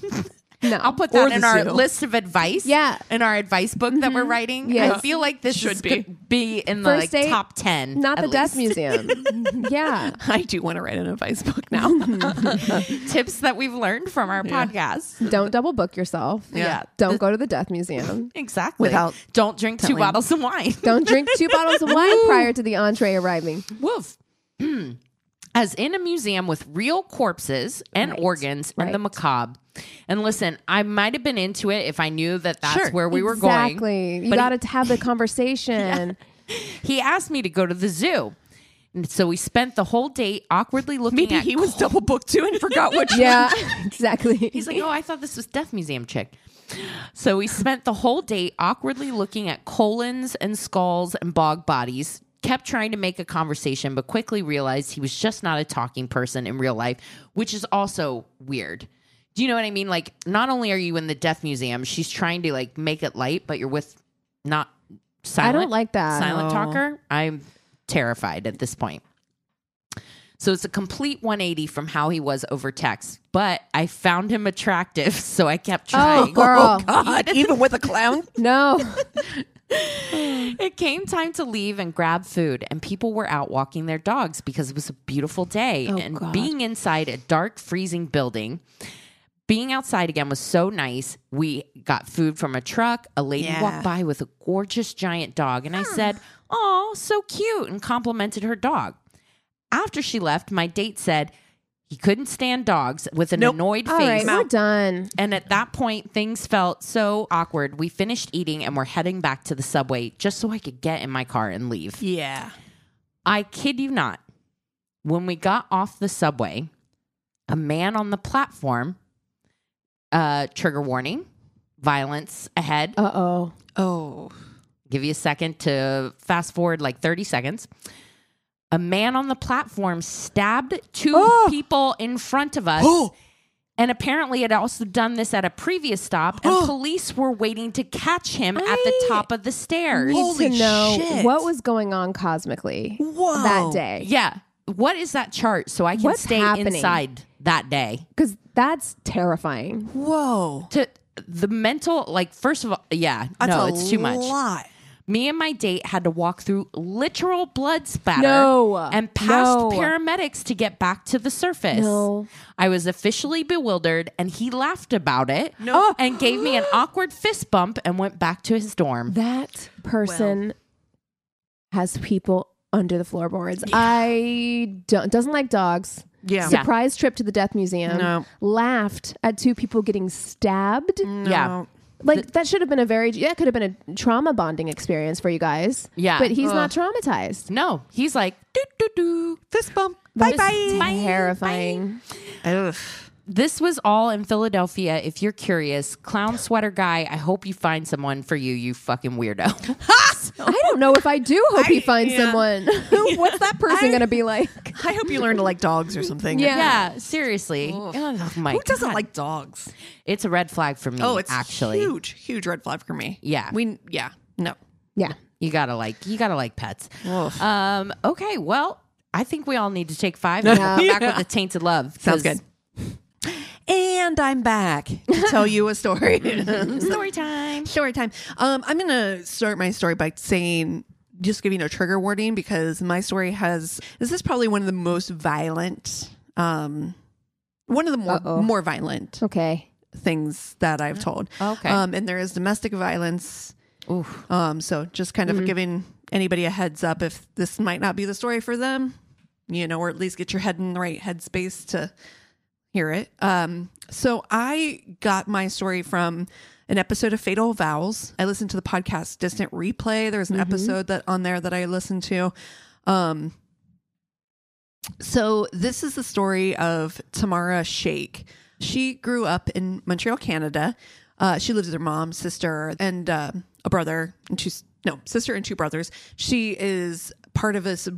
No. I'll put Or that in the our zoo. list of advice. Yeah. Mm-hmm. in our advice book that we're writing. I Yes. feel like this Should is, be. could be in the First like date, top ten. not at the death least. museum. yeah. I do want to write an advice book now. Tips that we've learned from our podcast. Don't double book yourself. Yeah. Don't go to the death museum. Exactly. Without don't drink two telling. bottles of wine. Don't drink two bottles of wine prior to the entree arriving. Woof. As in a museum with real corpses and organs and the right. macabre. And listen, I might have been into it if I knew that that's Sure. where we were going. exactly. You But got to have the conversation. He asked me to go to the zoo. And so we spent the whole date awkwardly looking Maybe at he was double booked too and forgot what. Yeah, exactly. He's like, oh, I thought this was Death Museum chick. So we spent the whole day awkwardly looking at colons and skulls and bog bodies. Kept trying to make a conversation, but quickly realized he was just not a talking person in real life, which is also weird. Do you know what I mean? Like, not only are you in the Death Museum, she's trying to like make it light, but you're with not silent. I don't like that. silent No. talker. I'm terrified at this point. So it's a complete 180 from how he was over text. But I found him attractive, so I kept Oh, trying. girl. God, even with a clown. No. It came time to leave and grab food, and people were out walking their dogs because it was a beautiful day. Oh, and God. being inside a dark, freezing building, being outside again was so nice. We got food from a truck. A lady Yeah. walked by with a gorgeous giant dog, and I said, Oh, so cute, and complimented her dog. After she left, my date said he couldn't stand dogs with an Nope. annoyed All right, face. we're done. And at that point, things felt so awkward. We finished eating and we're heading back to the subway just so I could get in my car and leave. Yeah. I kid you not. When we got off the subway, a man on the platform, uh, trigger warning, violence ahead. Uh oh. Oh. Give you a second to fast forward like 30 seconds. A man on the platform stabbed two Oh. people in front of us. Oh. And apparently, had also done this at a previous stop, and police were waiting to catch him at the I top of the stairs. Need Holy to know shit. what was going on cosmically Whoa. that day Yeah. What is that chart so I can What's stay happening? inside that day? because that's terrifying. Whoa. To the mental, like, first of all, yeah, That's no, a it's too much. lot. Me and my date had to walk through literal blood spatter No. and past No. paramedics to get back to the surface. No. I was officially bewildered, and he laughed about it and gave me an awkward fist bump and went back to his dorm. That person has people under the floorboards. I don't doesn't like dogs. Yeah. Surprise trip to the death museum. No. Laughed at two people getting stabbed. Mm. Yeah. Like that should have been a very that could have been a trauma bonding experience for you guys. Yeah. But he's not traumatized. No, he's like, doo doo doo. Fist bump. That Bye is bye. Terrifying. This was all in Philadelphia. If you're curious, clown sweater guy, I hope you find someone for you, you fucking weirdo. Ah! I don't know if I do hope he finds yeah. someone. What's that person going to be like? I hope you learn to like dogs or something. Yeah. yeah, seriously. Oh my Who doesn't God. like dogs? It's a red flag for me. Oh, it's actually, huge, huge red flag for me. Yeah. We yeah. No. Yeah. you gotta like you gotta like pets. Oof. Um. Okay. Well, I think we all need to take five. And Yeah. we'll back with the tainted love. Sounds 'cause good. And I'm back to tell you a story. Mm-hmm. Story time. story time. Um, I'm gonna start my story by saying just giving a trigger warning because my story has this is probably one of the most violent, um, one of the more Uh-oh. more violent Okay. things that I've told. Mm. Okay. Um, and there is domestic violence. Oof. Mm-hmm. Um, so just kind of giving anybody a heads up if this might not be the story for them, you know, or at least get your head in the right headspace to hear it. Um, so I got my story from an episode of Fatal Vows. I listened to the podcast Distant Replay. There was Mm-hmm. an episode that on there that I listened to. Um, so this is the story of Tamara Shake. She grew up in Montreal, Canada. Uh, she lives with her mom, sister, and um a brother, and she's no sister and two brothers. She is part of this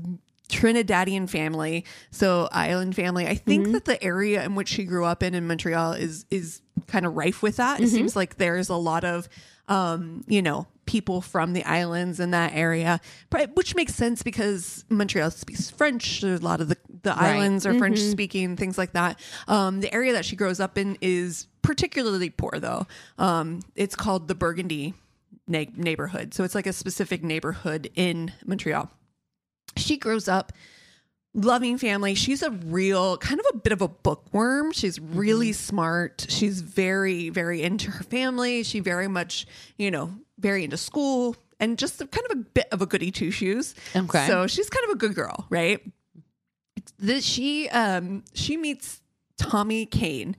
Trinidadian family, so island family. I think that the area in which she grew up in in Montreal is is kind of rife with that. It seems like there's a lot of um, you know people from the islands in that area, but, which makes sense because Montreal speaks French. A lot of the, the islands are French speaking, things like that. Um, the area that she grows up in is particularly poor, though. Um, it's called the Burgundy na- neighborhood. So it's like a specific neighborhood in Montreal. She grows up loving family. She's a real kind of a bit of a bookworm. She's really smart. She's very, very into her family. She very much, you know, very into school and just kind of a bit of a goody two shoes. Okay. So she's kind of a good girl, right? That she um she meets Tommy Kane.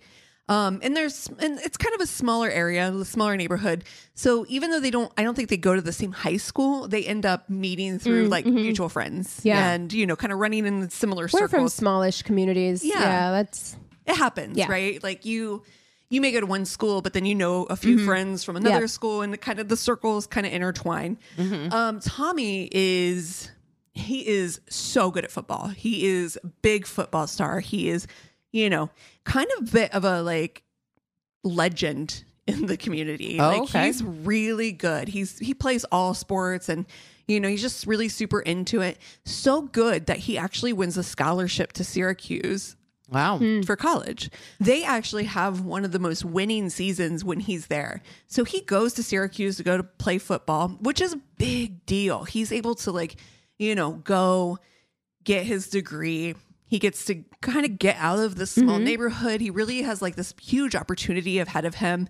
Um, and there's and it's kind of a smaller area, a smaller neighborhood. So even though they don't, I don't think they go to the same high school. They end up meeting through like mutual friends, Mm, mm-hmm. Yeah. and you know, kind of running in similar We're from circles. smallish communities. Yeah. Yeah. that's it happens, Yeah. right? Like you, you may go to one school, but then you know a few friends from another Yeah. school, and the kind of the circles kind of intertwine. Um, Tommy is he is so good at football. He is a big football star. He is, you know, kind of bit of a like legend in the community. Oh, like okay. he's really good. He's he plays all sports and you know, he's just really super into it. So good that he actually wins a scholarship to Syracuse Wow. for college. They actually have one of the most winning seasons when he's there. So he goes to Syracuse to go to play football, which is a big deal. He's able to like, you know, go get his degree. He gets to kind of get out of this Mm-hmm. small neighborhood. He really has like this huge opportunity ahead of him.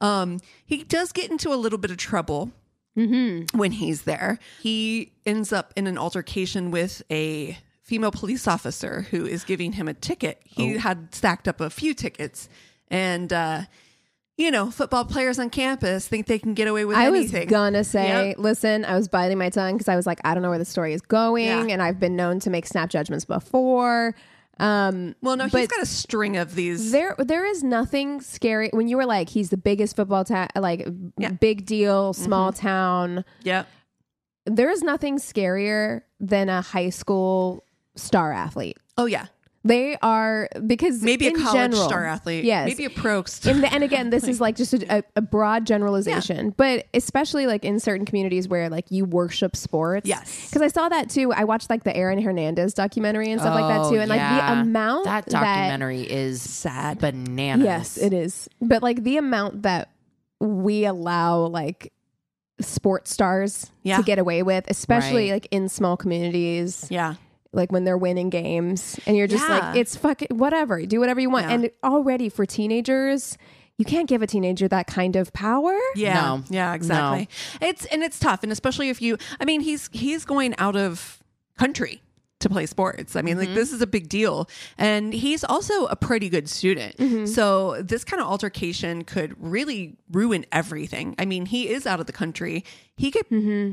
Um, he does get into a little bit of trouble Mm-hmm. when he's there. He ends up in an altercation with a female police officer who is giving him a ticket. Oh. He had stacked up a few tickets and uh you know, football players on campus think they can get away with I anything. was gonna say, Yep. listen, I was biting my tongue because I was like, I don't know where the story is going, Yeah. and I've been known to make snap judgments before. Um, well, no, he's but- got a string of these. there, there is nothing scary when you were like, he's the biggest football town, like Yeah. Mm-hmm. big deal, small town. Yep. There is nothing scarier than a high school star athlete. Oh yeah. They are because Maybe in a college general- star athlete. Yes, Maybe a pro star. in the, and again, this is like just a, a, a broad generalization, but especially like in certain communities where like you worship sports. Yes. because I saw that too. I watched like the Aaron Hernandez documentary and stuff like that Oh, too, and like the yeah. amount that documentary is Sad. bananas. yes, it is, but like the amount that we allow like sports stars Yeah. to get away with, especially Right. like in small communities yeah. like when they're winning games and you're just Yeah. like it's fucking whatever do whatever you want Yeah. and already for teenagers you can't give a teenager that kind of power Yeah. No. Yeah, exactly. It's and it's tough and especially if you I mean he's he's going out of country to play sports. I mean, like this is a big deal. And he's also a pretty good student. So this kind of altercation could really ruin everything. I mean, he is out of the country. He could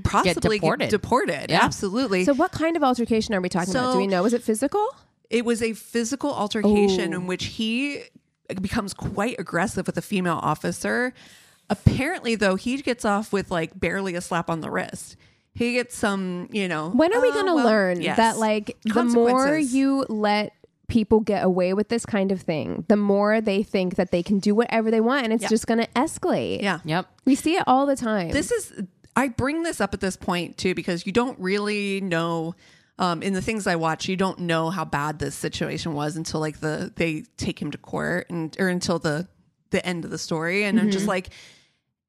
possibly get deported. deported. Yeah. Absolutely. so what kind of altercation are we talking about do So- we know is it physical It was a physical altercation Oh. in which he becomes quite aggressive with a female officer. Apparently, though, he gets off with like barely a slap on the wrist. He gets some, you know. when are we "Oh, going to well," learn yes. that like the more Consequences. you let people get away with this kind of thing the more they think that they can do whatever they want and it's Yeah. just going to escalate Yeah. Yep. we see it all the time This is. I bring this up at this point too because you don't really know. Um, in the things I watch, you don't know how bad this situation was until like the they take him to court and or until the the end of the story, and I'm Mm-hmm. just like,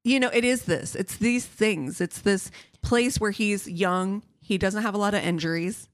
you know, it is this. It's these things. It's this place where he's young. He doesn't have a lot of injuries.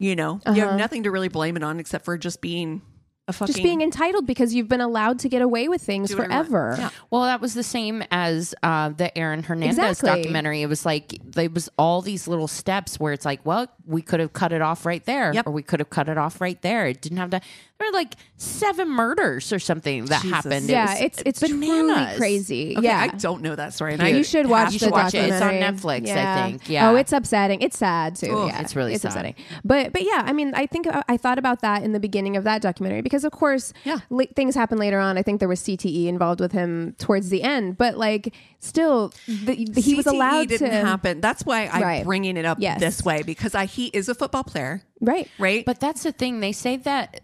You know, you have nothing to really blame it on except for just being a fucking Uh-huh. just being entitled because you've been allowed to get away with things whatever you want. forever Yeah. Well, that was the same as uh, the Aaron Hernandez Exactly. documentary. It was like there was all these little steps where it's like, well, we could have cut it off right there, Yep. or we could have cut it off right there. It didn't have to. There were like seven murders or something that Jesus. happened. It yeah was it's it's truly bananas. crazy Okay, yeah I don't know that story. And I, you should watch You the should watch it. documentary. It's on Netflix, I think. Yeah. Oh, it's upsetting. It's sad too. yeah. it's really it's sad. upsetting. But but yeah, I mean, I think uh, I, I thought about that in the beginning of that documentary because of course, Yeah. la- things happen later on. I think there was CTE involved with him towards the end, but like still, the, the- he was CTE E allowed E didn't to happen. That's why I'm Right. bringing it up Yes. this way because I he is a football player, right. right? But that's the thing. They say that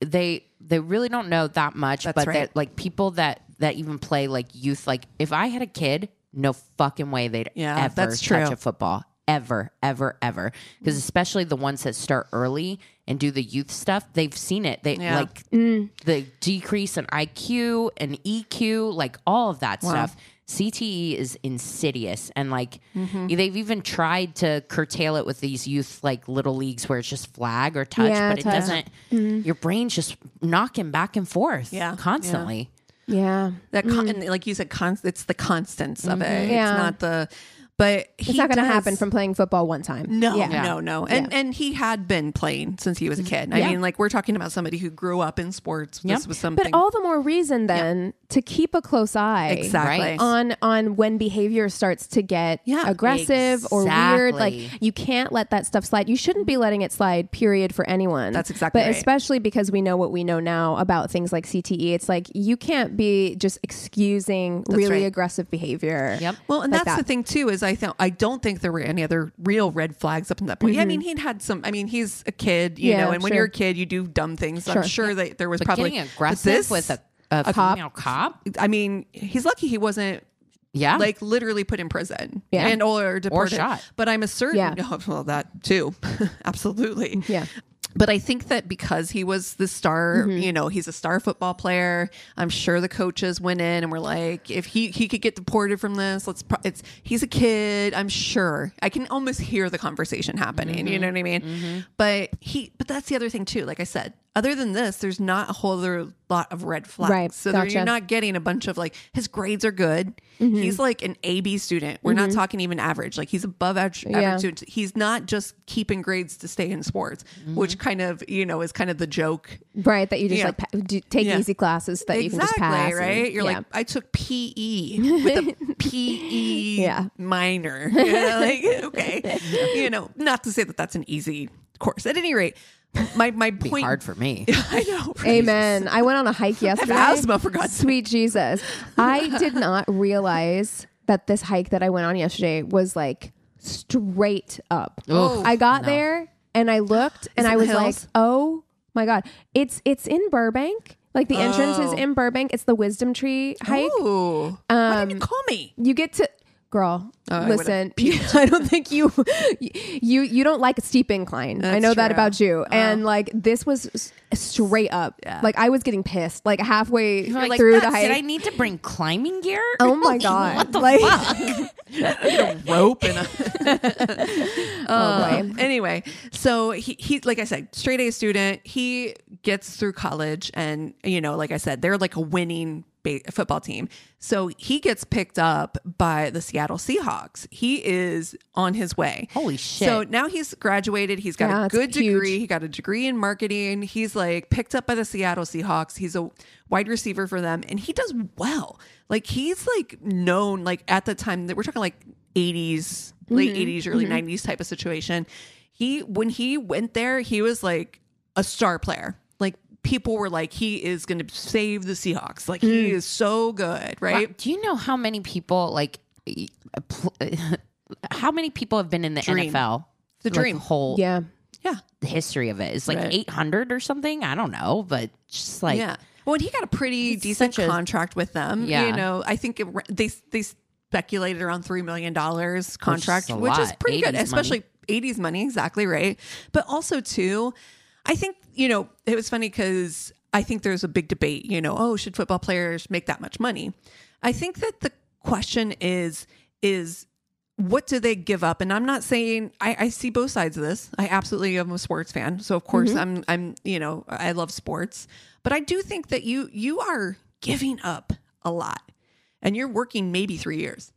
they they really don't know that much, but right. that like people that that even play like youth. Like if I had a kid, no fucking way they'd Yeah, ever that's touch true. a football. Ever, ever, ever, because especially the ones that start early and do the youth stuff, they've seen it. They Yeah. like the decrease in IQ and EQ, like all of that stuff. CTE is insidious, and like they've even tried to curtail it with these youth like little leagues where it's just flag or touch, Yeah, but it touch. doesn't. Your brain's just knocking back and forth, Yeah. constantly. Yeah. that con- and like you said, con- it's the constants of it. mm. Mm-hmm. Yeah. It's not the. But he It's not going to does- happen from playing football one time. No, Yeah. Mm-hmm. no, no. And and he had been playing since he was a kid. I Yeah. mean, like we're talking about somebody who grew up in sports. This was something. But all the more reason then to keep a close eye. exactly. Right. on on when behavior starts to get Yeah. aggressive or weird like Exactly. you can't let that stuff slide you shouldn't be letting it slide period for anyone That's exactly but right. especially because we know what we know now about things like cte it's like you can't be just excusing really right. aggressive behavior Yep. Well, and like that's that. the thing too is I think I don't think there were any other real red flags up in that point. I mean, he'd had some. I mean, he's a kid, you Yeah, know, and when sure. you're a kid, you do dumb things. I'm sure that there was But probably getting but aggressive this- with a a, cop. female cop. I mean, he's lucky he wasn't Yeah, like literally put in prison Yeah. and or deported. shot. But I'm a certain Yeah. oh, well that too, absolutely. Yeah. Mm-hmm. But I think that because he was the star, you know, he's a star football player. I'm sure the coaches went in and were like, if he he could get deported from this, let's. Pro- it's he's a kid. I'm sure. I can almost hear the conversation happening. Mm-hmm. You know what I mean? But he. But that's the other thing too. Like I said, other than this, there's not a whole other lot of red flags. Right. So there Gotcha. you're not getting a bunch of like his grades are good. Mm-hmm. He's like an A B student. We're not talking even average. Like he's above average, average Yeah. student. He's not just keeping grades to stay in sports, Mm-hmm. which kind of you know is kind of the joke. Right, that you just Yeah. like pa- do, take Yeah. easy classes that you can just pass. and- right? You're yeah. like, I took PE with a PE Yeah. minor. You know, like, okay, you know, not to say that that's an easy course. At any rate, my my be point. hard for me. I know. right? Amen. I went on a hike yesterday. asthma, for God's sake. Sweet Jesus. I did not realize that this hike that I went on yesterday was like straight up. Oh, I got no. there and I looked and it I in the was like, hills? "Oh my god. It's it's in Burbank. Like the entrance is Oh. in Burbank. It's the Wisdom Tree hike. Ooh, why Um, didn't you call me? You get to Girl, Oh, I would've listen. I don't think you, you, you don't like a steep incline. I That's know that true. Uh-huh. about you. And like this was s- straight up. Like I was getting pissed. Like halfway You're like, through the "Nuts, hike. Did I need to bring climbing gear? oh my god! what the like, rope and a oh boy. Um, anyway, so he, he like I said, straight A student. He gets through college, and you know, like I said, they're like a winning ba- football team. So he gets picked up by the Seattle Seahawks. He is on his way. Holy shit. So now he's graduated. He's got Yeah, a it's good huge. degree. He got a degree in marketing. He's like picked up by the Seattle Seahawks. He's a wide receiver for them, and he does well. Like he's like known like at the time that we're talking like 80s, Mm-hmm. late 80s, early 90s type of situation. He when he went there, he was like a star player. Like people were like, he is going to save the Seahawks. Like Mm. he is so good, right? Uh, Do you know how many people like e- pl- how many people have been in the Dream. NFL? The Like, dream. whole Yeah. Yeah, the history of it is like Right. 800 or something. I don't know, but just like yeah. Well, and he got a pretty decent such a- contract with them. Yeah. You know, I think it, they they speculated around three million dollars contract, a which is, lot. pretty 80s good, money. especially eighties money. Exactly right. But also too, I think you know it was funny because I think there's a big debate. You know, oh, should football players make that much money? I think that the question is is what do they give up? And I'm not saying I, I see both sides of this. I absolutely am a sports fan, so of course I'm I'm you know I love sports, but I do think that you you are giving up a lot, and you're working maybe three years.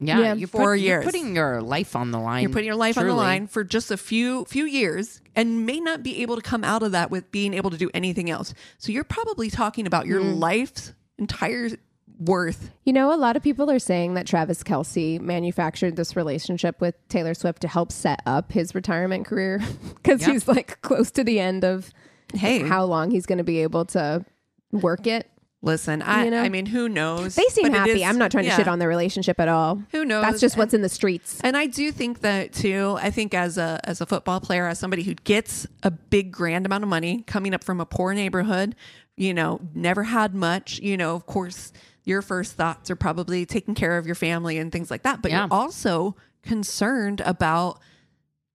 yeah, Yeah. you Four put, you're years. putting your life on the line. You're putting your life on the truly. line for just a few few years, and may not be able to come out of that with being able to do anything else. So you're probably talking about your Mm. life's entire worth. You know, a lot of people are saying that Travis Kelsey manufactured this relationship with Taylor Swift to help set up his retirement career because Yep. he's like close to the end of Hey, how long he's going to be able to work it. listen, I You know? I mean, who knows? They seem But it happy. is- I'm not trying yeah. to shit on their relationship at all. Who knows? That's just what's in the streets. And I do think that too. I think as a as a football player, as somebody who gets a big grand amount of money coming up from a poor neighborhood, you know, never had much, you know, of course, your first thoughts are probably taking care of your family and things like that, but Yeah. you're also concerned about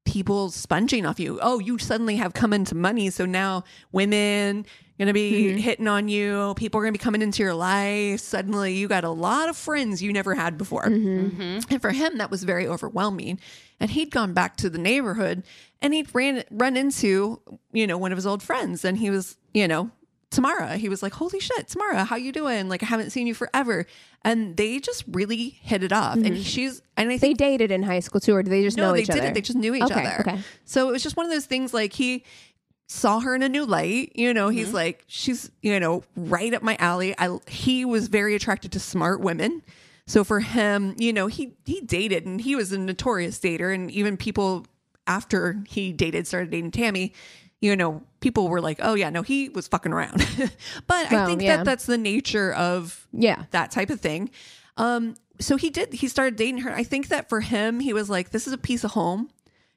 people sponging off you. Oh, you suddenly have come into money, so now women gonna be hitting on you. People are gonna be coming into your life. Suddenly, you got a lot of friends you never had before. And for him, that was very overwhelming. And he'd gone back to the neighborhood and he'd ran run into you know one of his old friends, and he was you know. Tamara, he was like, "Holy shit, Tamara, how you doing? Like, I haven't seen you forever." And they just really hit it off. And she's, and I think They dated in high school too, or do they just know they each didn't. other? They just knew each Okay, other. okay. So it was just one of those things like he saw her in a new light. You know, Mm-hmm. he's like, she's, you know, right up my alley. I he was very attracted to smart women. So for him, you know, he he dated and he was a notorious dater. And even people after he dated started dating Tammy, you know, people were like, Oh yeah, no, he was fucking around. but I Well, think yeah. that that's the nature of yeah. that type of thing. Um, so he did. He started dating her. I think that for him, he was like, "This is a piece of home.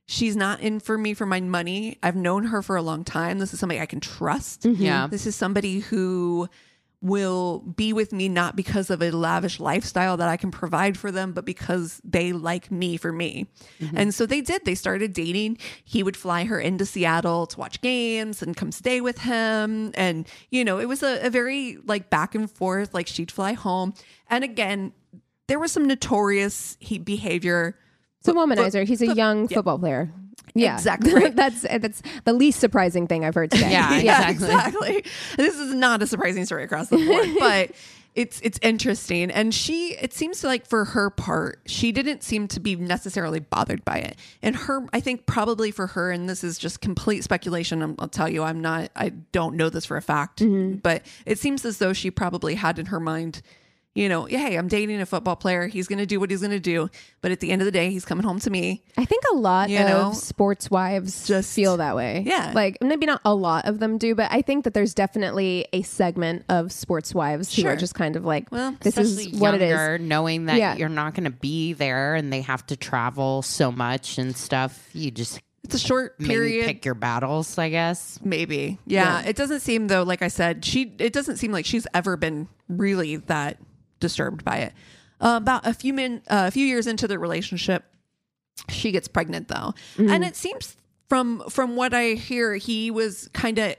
She's not in for me for my money. I've known her for a long time. This is somebody I can trust. Yeah. this is somebody who will be with me not because of a lavish lifestyle that I can provide for them, but because they like me for me. And so they did. They started dating. He would fly her into Seattle to watch games and come stay with him. And, you know, it was a, a very like back and forth, like she'd fly home. And again, there was some notorious he- behavior. It's a womanizer. He's a young football player. Yeah, Exactly right. that's that's the least surprising thing I've heard today. Yeah. exactly. This is not a surprising story across the board, but it's it's interesting. And she, it seems like for her part, she didn't seem to be necessarily bothered by it. And her, I think probably for her, and this is just complete speculation. I'm, I'll tell you, I'm not, I don't know this for a fact, but it seems as though she probably had in her mind. You know, hey, I'm dating a football player. He's going to do what he's going to do. But at the end of the day, he's coming home to me. I think a lot You of know? sports wives Just- feel that way. Yeah. Like maybe not a lot of them do, but I think that there's definitely a segment of sports wives who Sure. are just kind of like, Well, this is Especially what it is. younger, Knowing that Yeah. you're not going to be there and they have to travel so much and stuff, you just It's a short maybe period. pick your battles, I guess. maybe yeah. it doesn't seem though like i said she it doesn't seem like she's ever been really that disturbed by it uh, about a few min uh, a few years into the relationship she gets pregnant though and it seems from from what i hear he was kind of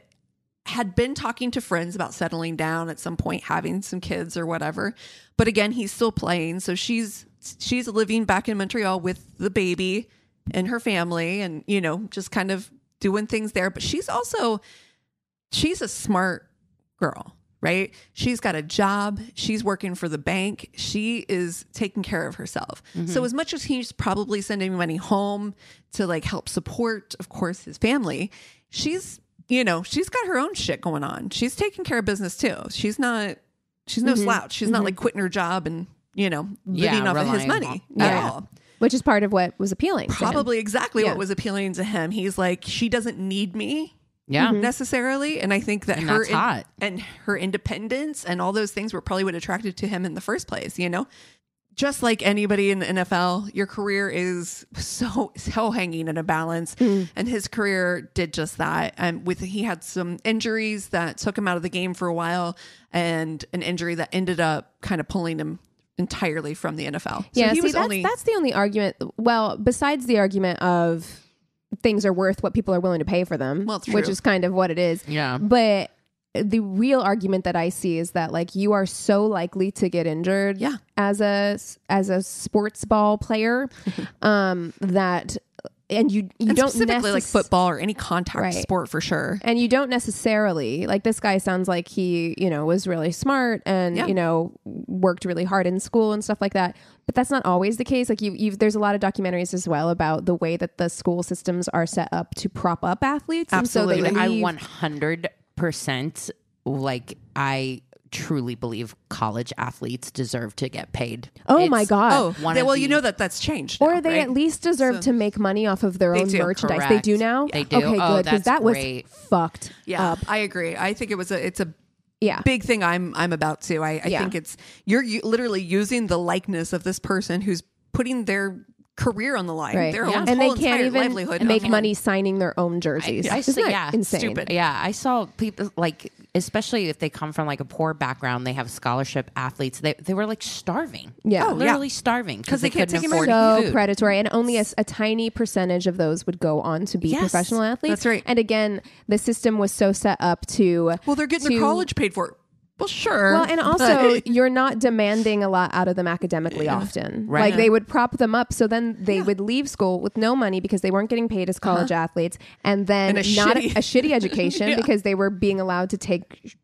had been talking to friends about settling down at some point having some kids or whatever but again he's still playing so she's she's living back in montreal with the baby and her family and you know just kind of doing things there but she's also she's a smart girl right she's got a job she's working for the bank she is taking care of herself so as much as he's probably sending money home to like help support of course his family she's you know she's got her own shit going on she's taking care of business too she's not she's no slouch she's not like quitting her job and you know Yeah, living off of his relying money on- at Yeah. all Which is part of what was appealing. to him. probably exactly Yeah. what was appealing to him. He's like, she doesn't need me Yeah. Mm-hmm. necessarily, and I think that And her that's hot. and her independence and all those things were probably what attracted to him in the first place. You know, just like anybody in the NFL, your career is so so hanging in a balance, Mm. and his career did just that. And with he had some injuries that took him out of the game for a while, and an injury that ended up kind of pulling him entirely from the NFL. So Yeah, he see, was that's, only that's the only argument. Well, besides the argument of things are worth what people are willing to pay for them, Well, it's which true. is kind of what it is. Yeah. But the real argument that I see is that like you are so likely to get injured Yeah. as a as a sports ball player um that and you you and don't specifically like necess- football or any contact Right. sport for sure. and you don't necessarily like this guy sounds like he you know was really smart and Yeah. you know worked really hard in school and stuff like that but that's not always the case like you you've there's a lot of documentaries as well about the way that the school systems are set up to prop up athletes and so Absolutely. they I leave- 100% like I truly believe college athletes deserve to get paid. oh my It's- god Oh, one they- of well, you the- know that that's changed. or now, they right? at least deserve to make money off of their own do, merchandise. correct. They do now. They do. Okay, Oh, good because that that's great. was fucked Yeah, up. I agree. I think it was a it's a Yeah, big thing I'm I'm about to. I, I Yeah. think it's you're u- literally using the likeness of this person who's putting their career on the line, right. their Yeah. own And they whole can't entire livelihood even on make the line. money signing their own jerseys. I Isn't see- that yeah, insane? stupid. Yeah, I saw people like, especially if they come from like a poor background, they have scholarship athletes. They they were like starving. Yeah. Oh, yeah. literally starving because they they, can't couldn't take 'em afford so food. predatory and only a, s- a tiny percentage of those would go on to be Yes, professional athletes that's right. and again the system was so set up to Well, they're getting to- their college paid for. Well, sure. well and also but- you're not demanding a lot out of them academically often Right. like they would prop them up so then they would leave school with no money because they weren't getting paid as college athletes and Uh-huh. then And a not shitty- a shitty education because they were being allowed to take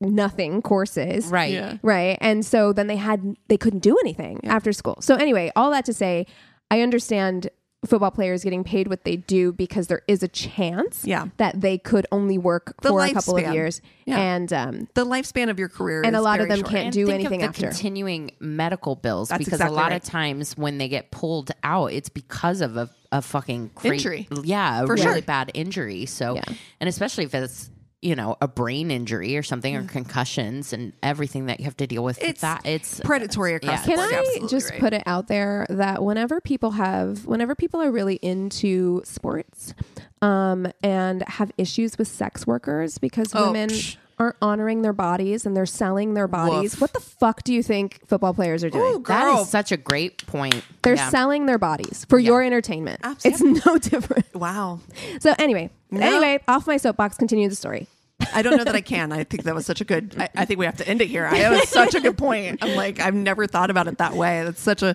nothing courses right. Yeah. right and so then they had they couldn't do anything after school so anyway all that to say i understand football players getting paid what they do because there is a chance Yeah. that they could only work The for a couple lifespan. of years Yeah. and um the lifespan of your career and a is lot of very them short. can't And do think anything of the after continuing medical bills That's because exactly a lot right. of times when they get pulled out, it's because of a, a fucking cra- Injury. Yeah, a For really sure. bad injury. So, and especially if it's you know a brain injury or something or concussions and everything that you have to deal with. Mm. It's that it's predatory across the Yeah. Can board. I Absolutely just right. put it out there that whenever people have, whenever people are really into sports, um, and have issues with sex workers because Oh, women psh. aren't honoring their bodies and they're selling their bodies. Woof. What the fuck do you think football players are doing? Ooh, Oh, girl. That is such a great point. They're Yeah. selling their bodies for your entertainment. It's no different. wow. So anyway, anyway, off my soapbox. Continue the story. I don't know that I can. I think that was such a good. I, I think we have to end it here. I, that was such a good point. I'm like, I've never thought about it that way. That's such a.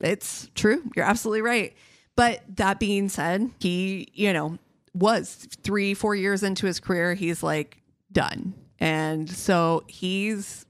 It's true. You're absolutely right. But that being said, he, you know, was three, four years into his career. He's like done, and so he's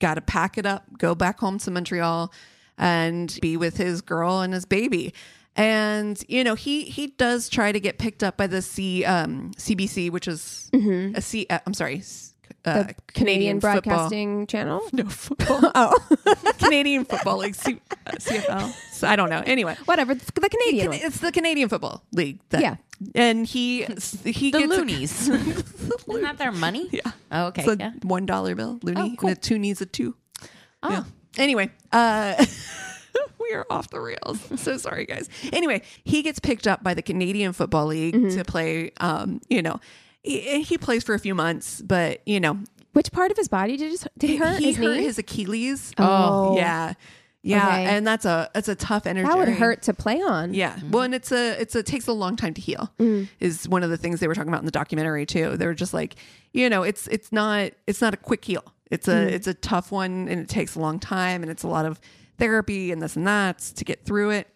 got to pack it up, go back home to Montreal, and be with his girl and his baby. And you know he he does try to get picked up by the C um, CBC, which is a C. Uh, I'm sorry, s- uh, Mm-hmm. The Canadian, Canadian, football. Broadcasting Channel. Oh, No football. Canadian football, like C- uh, CFL. So I don't know. Anyway, Whatever the, the Canadian. one. it's the Canadian Football League. That, Yeah. and he he the gets a- loonies. Isn't that their money? Yeah. Oh, okay. It's a yeah. one dollar bill, loony, Oh, cool. and a two needs a two. Ah. Oh. Yeah. Anyway, uh, we are off the rails. I'm so sorry, guys. Anyway, he gets picked up by the Canadian Football League Mm-hmm. to play. Um, you know, he, he plays for a few months, but you know, Which part of his body did his, did he hurt? he his hurt knee? his Achilles. Oh. yeah, yeah, Okay. and that's a that's a tough energy. that would hurt to play on. Yeah. Well, and it's a it's a it takes a long time to heal. Is one of the things they were talking about in the documentary too. They were just like, you know, it's it's not it's not a quick heal. It's a it's a tough one, and it takes a long time, and it's a lot of therapy and this and that to get through it.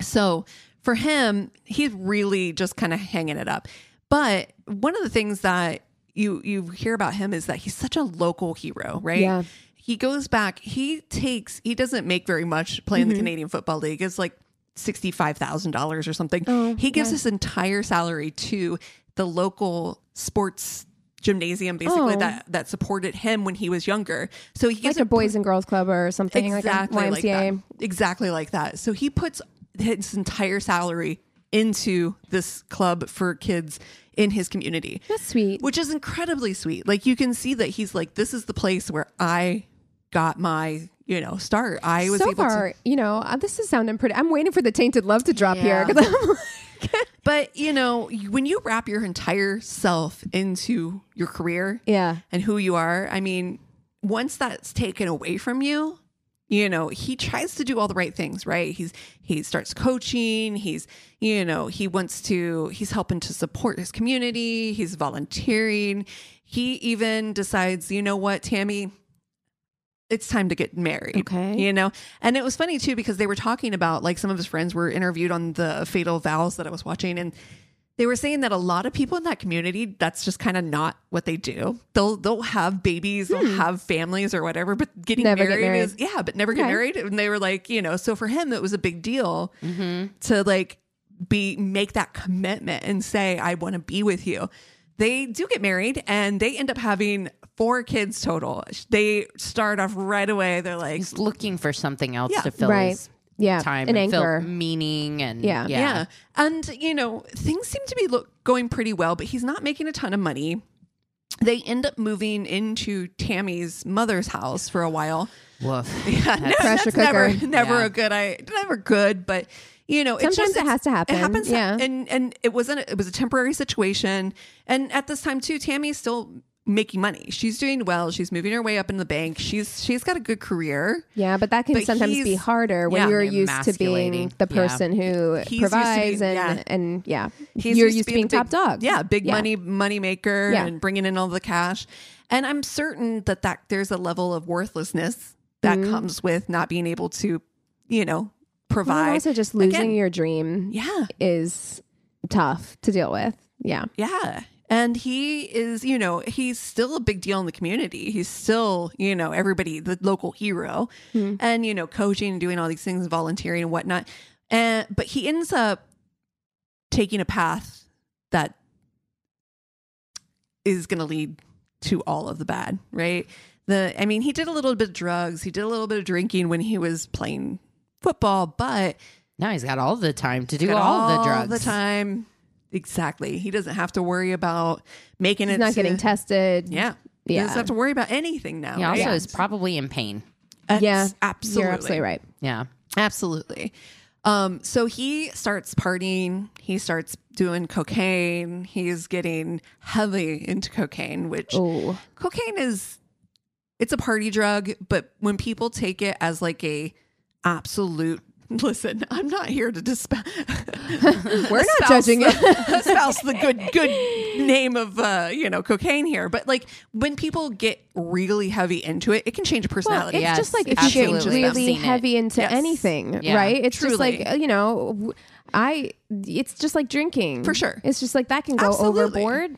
So for him, he's really just kind of hanging it up. But one of the things that you you hear about him is that he's such a local hero, right? Yeah. He goes back. He takes. He doesn't make very much playing Mm-hmm. the Canadian Football League. It's like sixty five thousand dollars or something. Oh, he gives his entire salary to the local sports gymnasium, basically Oh. that that supported him when he was younger. So he gives Like a boys and girls club or something exactly like a YMCA. that. Exactly like that. So he puts his entire salary into this club for kids in his community. That's sweet. Which is incredibly sweet. Like you can see that he's like, this is the place where I got my, you know, start. I was so able to far, you know, uh, this is sounding pretty. I'm waiting for the tainted love to drop here Yeah. 'cause I'm like, But you know, when you wrap your entire self into your career yeah, and who you are, I mean, once that's taken away from you, you know, he tries to do all the right things, right? He's he starts coaching, he's you know, he wants to he's helping to support his community, he's volunteering. He even decides, you know what, Tammy, it's time to get married. Okay. You know? And it was funny too because they were talking about like some of his friends were interviewed on the Fatal Vows that I was watching and they were saying that a lot of people in that community, that's just kind of not what they do. They'll they'll have babies, they'll have families or whatever, but getting Hmm. Never get married, married. is yeah, but never get Okay. married. And they were like, you know, so for him it was a big deal to like be make that commitment and say, I want to be with you. They do get married and they end up having four kids total. They start off right away. They're like, He's looking for something else Yeah. to fill right, his yeah, time an and anchor. fill meaning and Yeah. yeah. Yeah. And, you know, things seem to be look, going pretty well, but he's not making a ton of money. They end up moving into Tammy's mother's house for a while. Woof. Yeah, Pressure that's never, cooker. never Yeah. a good I never good, but you know, it's Sometimes just- it has to happen. It happens, Yeah. and and it wasn't. It was a temporary situation, and at this time too, Tammy's still making money. She's doing well. She's moving her way up in the bank. She's she's got a good career. yeah, but that can But sometimes he's- be harder when yeah, you're used to being emasculating. the Yeah. person who He's used to provides being- and yeah. and yeah, He's you're used to being, being, the top big- dog. Yeah, big money money maker Yeah. and bringing in all the cash. And I'm certain that that there's a level of worthlessness that comes with not being able to, you know, Mm-hmm. Well, and provide. also just losing Again, your dream yeah, is tough to deal with. Yeah, yeah. And he is, you know, he's still a big deal in the community. He's still, you know, everybody, the local hero, and you know, coaching and doing all these things, volunteering and whatnot. And but he ends up taking a path that is going to lead to all of the bad, right? The I mean, he did a little bit of drugs, he did a little bit of drinking when he was playing football, but Now he's got all the time to do all, got the drugs. the time. Exactly. He doesn't have to worry about making he's it not to- getting tested. Yeah. He Yeah. doesn't have to worry about anything now. He right? also is probably in pain. That's yeah, absolutely. You're absolutely right. Yeah. Absolutely. Um, so he starts partying. He starts doing cocaine. He's getting heavy into cocaine, which Oh, cocaine is it's a party drug, but when people take it as like a absolute listen, I'm not here to dispel we're not judging it. espouse the good good name of uh, you know cocaine here, but like when people get really heavy into it, it can change a Well, personality. it's Yes, just like if you absolutely. get I've really seen it. heavy into Yes. anything, Yeah, right? It's truly. just like you know, w- I. It's just like drinking For sure. It's just like that can go Absolutely. overboard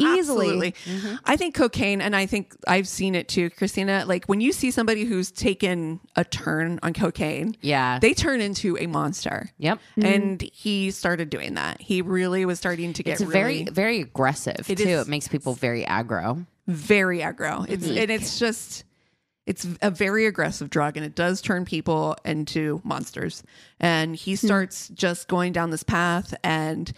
easily. Mm-hmm. Absolutely. I think cocaine, and I think I've seen it too, Christina. Like when you see somebody who's taken a turn on cocaine, Yeah. they turn into a monster. yep. Mm-hmm. And he started doing that. He really was starting to get It's really very very aggressive too. is- it makes people very aggro. very aggro. It's and it's just it's a very aggressive drug and it does turn people into monsters. And he starts just going down this path and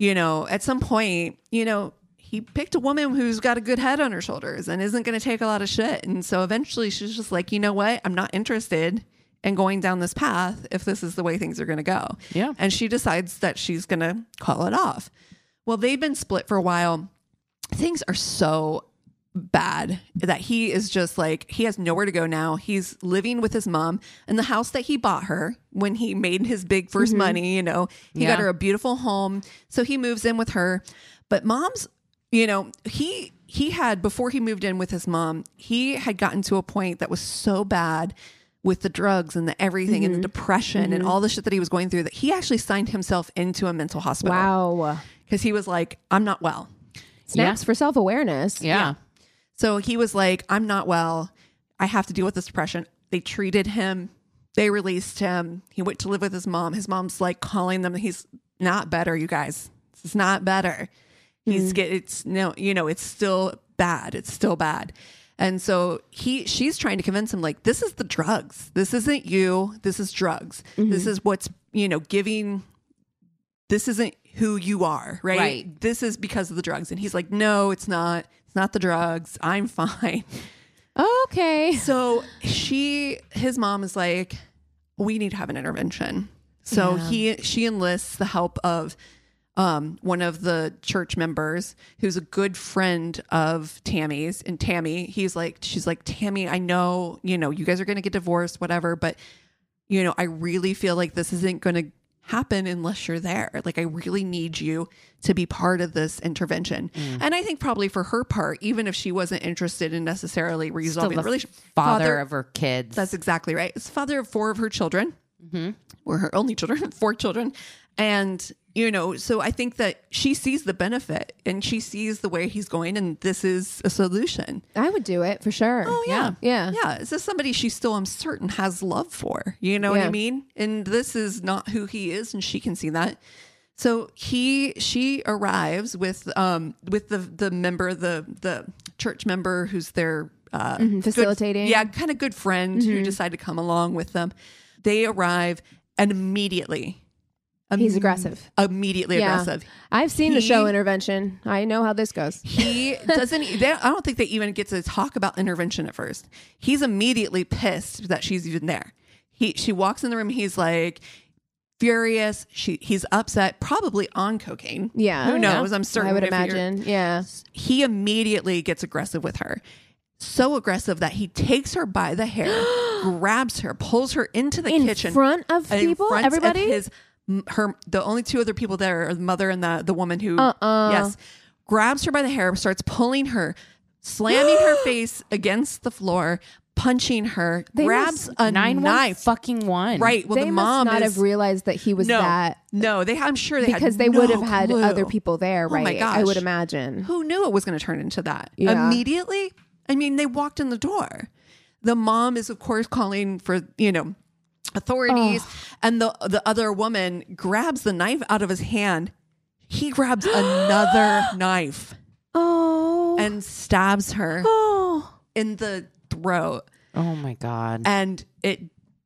you know, at some point, you know, he picked a woman who's got a good head on her shoulders and isn't going to take a lot of shit. And so eventually she's just like, "You know what? I'm not interested in going down this path if this is the way things are going to go." Yeah. And she decides that she's going to call it off. Well, they've been split for a while things are so bad that he is just like he has nowhere to go now. He's living with his mom and the house that he bought her when he made his big 1st money, you know. He Yeah. got her a beautiful home. So he moves in with her. But mom's, you know, he he had before he moved in with his mom, he had gotten to a point that was so bad with the drugs and the everything and the depression and all the shit that he was going through that he actually signed himself into a mental hospital Wow. because he was like, I'm not well. Snaps for self awareness. Yeah. So he was like, I'm not well. I have to deal with this depression. They treated him. They released him. He went to live with his mom. His mom's like calling them. He's not better, you guys. It's not better. He's get it's no, you know, it's still bad. It's still bad. And so he she's trying to convince him like this is the drugs. This isn't you. This is drugs. This is what's, you know, giving this isn't who you are, right? Right. This is because of the drugs. And he's like, no, it's not. It's not the drugs. I'm fine. Okay. So she, his mom is like, we need to have an intervention. So he, she enlists the help of um, one of the church members who's a good friend of Tammy's. And Tammy, he's like, she's like, Tammy, I know, you know, you guys are going to get divorced, whatever, but you know, I really feel like this isn't going to happen unless you're there. Like, I really need you to be part of this intervention. Mm. And I think probably for her part, even if she wasn't interested in necessarily resolving the the relationship, Father, of her kids. that's exactly right. It's father of four of her children, or her only children, four children, and you know, so I think that she sees the benefit and she sees the way he's going, and this is a solution. I would do it for sure. Oh yeah. Yeah. Yeah. Is this somebody she still I'm certain has love for? You know what Yeah. I mean? And this is not who he is, and she can see that. So he she arrives with um with the the member, the the church member who's their uh good- facilitating. yeah, kind of good friend Mm-hmm. who decided to come along with them. They arrive and immediately He's aggressive. immediately Yeah. aggressive. I've seen the show He- intervention. I know how this goes. He doesn't. e-, They, I don't think they even get to talk about intervention at first. He's immediately pissed that she's even there. He she walks in the room. He's like furious. She he's upset, probably on cocaine. Yeah. who Yeah. knows? I'm certain. I would if you're- imagine. Yeah. He immediately gets aggressive with her. So aggressive that he takes her by the hair, grabs her, pulls her into the In kitchen front of in people, front of everybody. his her the only two other people there are the mother and the the woman who Uh-uh. yes grabs her by the hair, starts pulling her, slamming her face against the floor, punching her, grabs a Nine one knife. fucking one. Right. Well, they the must mom not is have realized that he was no, that no. They I'm sure they had because they no would have had clue. Oh other people there, my right? I would gosh. imagine. Who knew it was going to turn into that Yeah. immediately? I mean, they walked in the door. The mom is, of course, calling for you know authorities, and the the other woman grabs the knife out of his hand. He grabs another knife Oh. and stabs her oh. in the throat, Oh my god. and it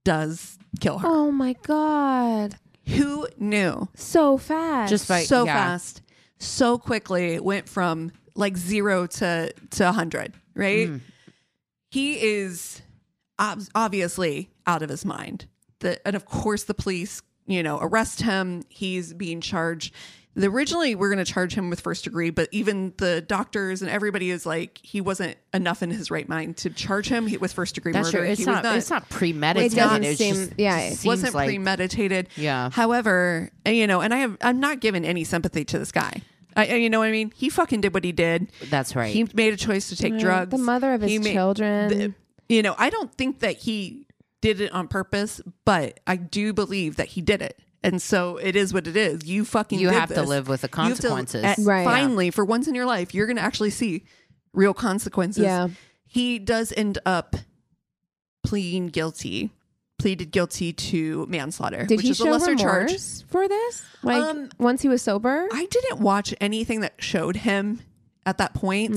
does kill her. Oh my god. Who knew? So fast. Just by so yeah. fast, so quickly went from like zero to to hundred. Right? Mm. He is ob- obviously out of his mind. The, and of course, the police you know, arrest him. He's being charged. The, originally, we're going to charge him with first degree, but even the doctors and everybody is like, he wasn't enough in his right mind to charge him with first degree That's murder. true. It's he not, was It's not premeditated. It doesn't It's seem- just- yeah, it it seems wasn't like premeditated. Yeah. However, and, you know, and I have I'm not giving any sympathy to this guy. I, I- you know what I mean? He fucking did what he did. that's right. He made a choice to take drugs. The mother of his He ma- children. the- you know, I don't think that he did it on purpose, but I do believe that he did it. And so it is what it is. You fucking You did have to this. live with the You have to- consequences. at- Right. Finally, for once in your life, you're going to actually see real consequences. Yeah. He does end up pleading guilty, pleaded guilty to manslaughter, Did which he is show a lesser charge. remorse for this? Like Um, once he was sober? I didn't watch anything that showed him at that point.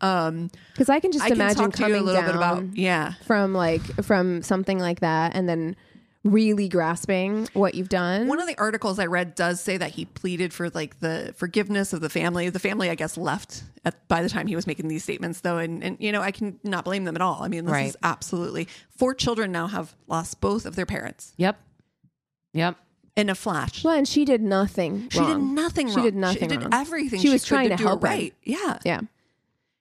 Um, Because I can Mm. just I can imagine talk to coming you a little down bit about yeah. from like from something like that, and then really grasping what you've done. One of the articles I read does say that he pleaded for like the forgiveness of the family. The family, I guess, left at, by the time he was making these statements, though, and and you know I can not blame them at all. I mean, this Right. is absolutely four children now have lost both of their parents yep. Yep. in a flash. well, and she did nothing. She did wrong. nothing. She wrong. did nothing. She did wrong. everything. She, was could trying to, do help. him. right. Yeah. Yeah.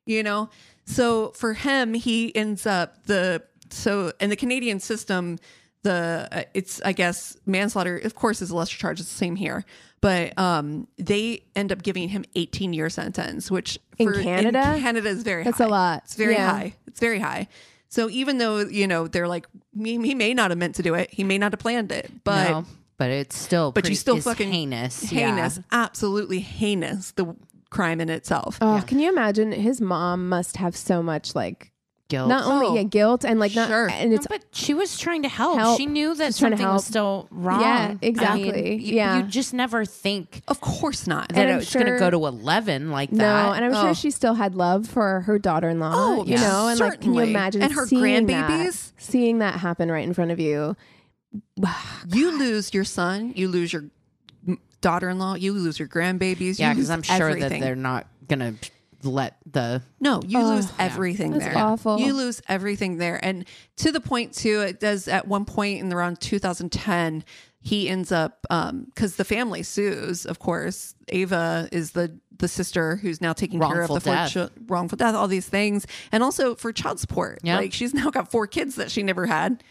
you know so for him he ends up the so in the canadian system the uh, it's i guess manslaughter of course is a lesser charge it's the same here but um they end up giving him 18 year sentence which In Canada? canada is very That's high. a lot. it's very Yeah. high it's very high so even though you know they're like he, he may not have meant to do it he may not have planned it but no, but it's still but pretty- you still it's fucking heinous. yeah. heinous absolutely heinous the crime in itself Oh, can you imagine? His mom must have so much like Guilt. not Oh. only yeah, guilt and like not Sure. and No, it's but she was trying to help. Help. She knew that She's trying to something was help. still wrong. Yeah, I mean, exactly. you- Yeah. you just never think of course not that And I'm it's going to sure- go to eleven like no, that. and I'm Oh. sure she still had love for her daughter-in-law. Oh, you yeah. know, and like, can you certainly. imagine And her seeing grandbabies? that, seeing that happen right in front of you? You lose your son, you lose your m- daughter-in-law, you lose your grandbabies. yeah, you lose because I'm sure that everything. they're not going to let the no, you lose everything that's there. awful. You lose everything there, and to the point too. It does at one point in around 2010, he ends up because the family sues. Of course, Ava is the the sister who's now taking care of Wrongful the four death. chil- wrongful death, all these things, and also for child support. Yeah. Like she's now got four kids that she never had.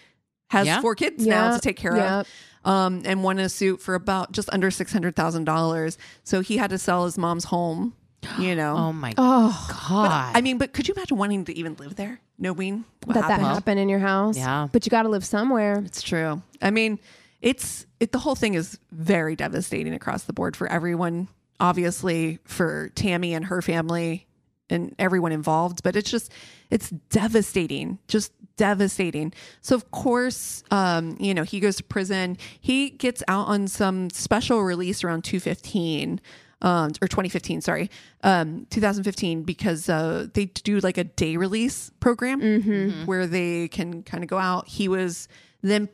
Has Yeah. four kids Yeah. now to take care Yeah. of. um, and won a suit for about just under six hundred thousand dollars. So he had to sell his mom's home. You know, oh my Oh, god. I mean, but could you imagine wanting to even live there, knowing what that happened? that happened in your house. Yeah. but you got to live somewhere. It's true. I mean, it's it. The whole thing is very devastating across the board for everyone. Obviously, for Tammy and her family and everyone involved. But it's just it's devastating. Just devastating. So of course, um, you know, he goes to prison. He gets out on some special release around two fifteen. Um, or 2015, sorry, um, 2015, because uh, they do like a day release program where they can kind of go out. He was then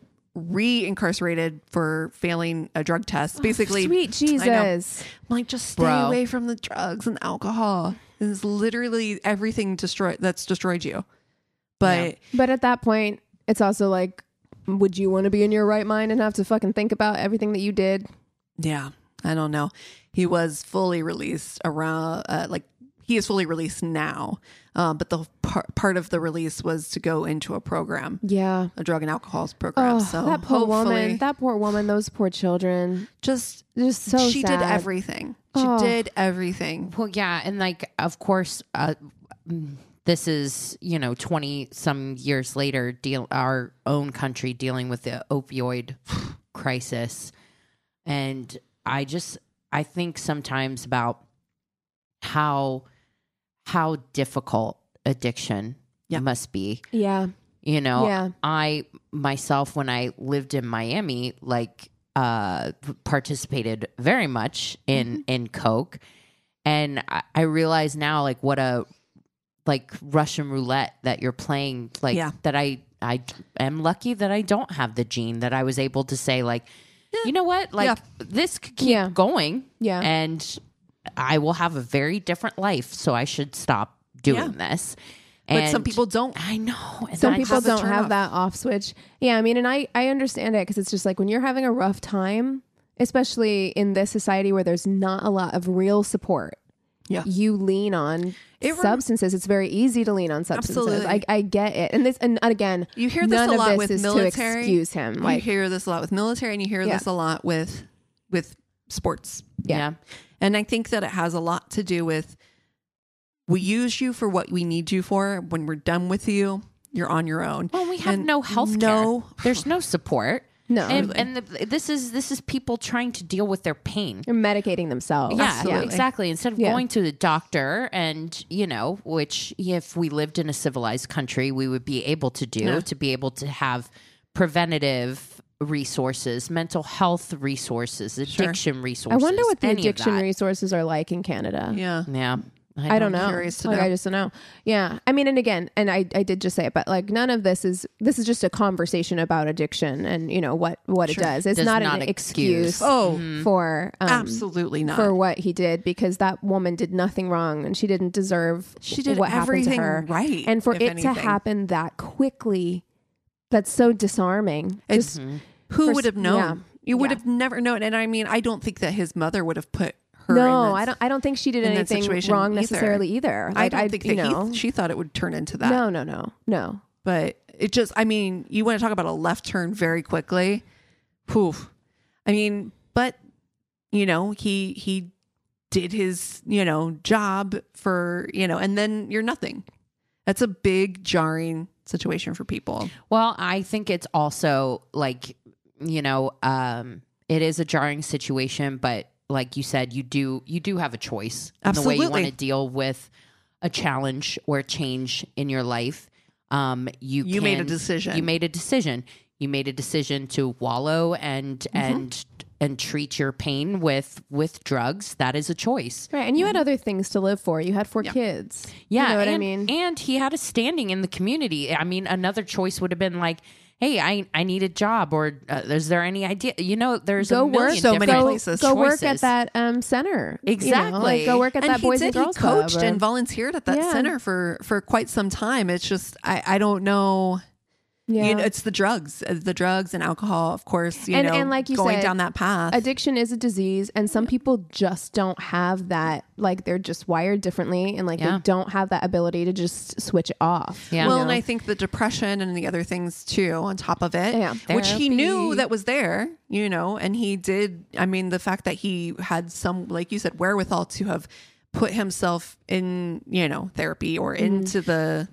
re-incarcerated for failing a drug test. Basically, Sweet I know. Jesus. I'm Oh, like just stay Bro. away from the drugs and alcohol. It's literally everything destroyed that's destroyed you. But But at that point, it's also like, would you want to be in your right mind and have to fucking think about everything that you did? yeah, I don't know. He was fully released around uh, like he is fully released now. Um, but the par- part of the release was to go into a program, Yeah. a drug and alcohol program. Oh, so that poor hopefully- woman. That poor woman. Those poor children. just Just so she sad. did everything. She Oh. did everything. Well, yeah, and like, of course, uh, mm, this is you know twenty some years later. Deal our own country dealing with the opioid crisis, and I just I think sometimes about how how difficult addiction Yeah. must be. Yeah. You know, Yeah. I myself, when I lived in Miami, like uh, participated very much in in Coke, and I, I realize now like what a like Russian roulette that you're playing. Like Yeah. that, I I am lucky that I don't have the gene that I was able to say like, you know what, like this could keep Yeah. going, Yeah. and I will have a very different life, so I should stop doing this. but some people don't. I know. and some I people just- has a don't have turnoff. that off switch yeah i mean and i i understand it because it's just like when you're having a rough time especially in this society where there's not a lot of real support Yeah. you lean on It rem- substances it's very easy to lean on substances I, Absolutely. I get it and this and again You hear this none a of lot this with is to military. excuse him You like hear this a lot with military, and you hear Yeah. this a lot with with sports. yeah. And I think that it has a lot to do with we use you for what we need you for. When we're done with you, you're on your own. Well, we have And no health no- There's no support. No. And, and the, this is this is people trying to deal with their pain. they're medicating themselves Yeah, Absolutely. exactly. Instead of Yeah. going to the doctor and, you know, which if we lived in a civilized country, we would be able to do to be able to have preventative resources, mental health resources, addiction i resources. wonder what the any of addiction that. resources are like in canada Yeah. Yeah. I don't know. curious to like know. I just don't know. Yeah. I mean, and again, and I, I did just say it, but like none of this is this is just a conversation about addiction and you know what what it does. It's Does not, not an excuse. excuse. Oh, For um, absolutely not. for what he did because that woman did nothing wrong and she didn't deserve She did what everything happened to her right, and for if it anything. to happen that quickly that's so disarming It's- Who for would s- have known? yeah. You would Yeah. have never known. And I mean, I don't think that his mother would have put her. no in that, I don't I don't think she did in that anything situation wrong either. necessarily either I like don't think that you he- know she thought it would turn into that. no no no no but it just i mean you want to talk about a left turn very quickly poof i mean but you know he he did his you know job for you know and then you're nothing that's a big jarring situation for people Well, I think it's also like, you know, um, it is a jarring situation, but like you said, you do you do have a choice in the way you want Absolutely. to deal with a challenge or change in your life. Um, you You made a can- decision. You made a decision. You made a decision to wallow and Mm-hmm. and and treat your pain with with drugs. That is a choice. Right, and you had other things to live for. You had four kids. Yeah, you know what and, I mean. And he had a standing in the community. I mean, another choice would have been like, "Hey, I I need a job," or uh, "Is there any idea?" You know, there's go a million work. so many different go, places. Go work at choices. that um, center. you know, Exactly. like, go work at that he boys and did. He girls club coached or- and volunteered at that Yeah. center for for quite some time it's just i i don't know yeah. you know, it's the drugs uh, the drugs and alcohol of course you And- know and like you going said, down that path Addiction is a disease, and some people just don't have that. Like they're just wired differently, and like Yeah. they don't have that ability to just switch it off. Yeah. Well, you and know? I think the depression and the other things too, on top of it, Yeah. which he knew Therapy. that was there, you know, and he did. I mean, the fact that he had some, like you said, wherewithal to have put himself in, you know, therapy or Mm-hmm. into the.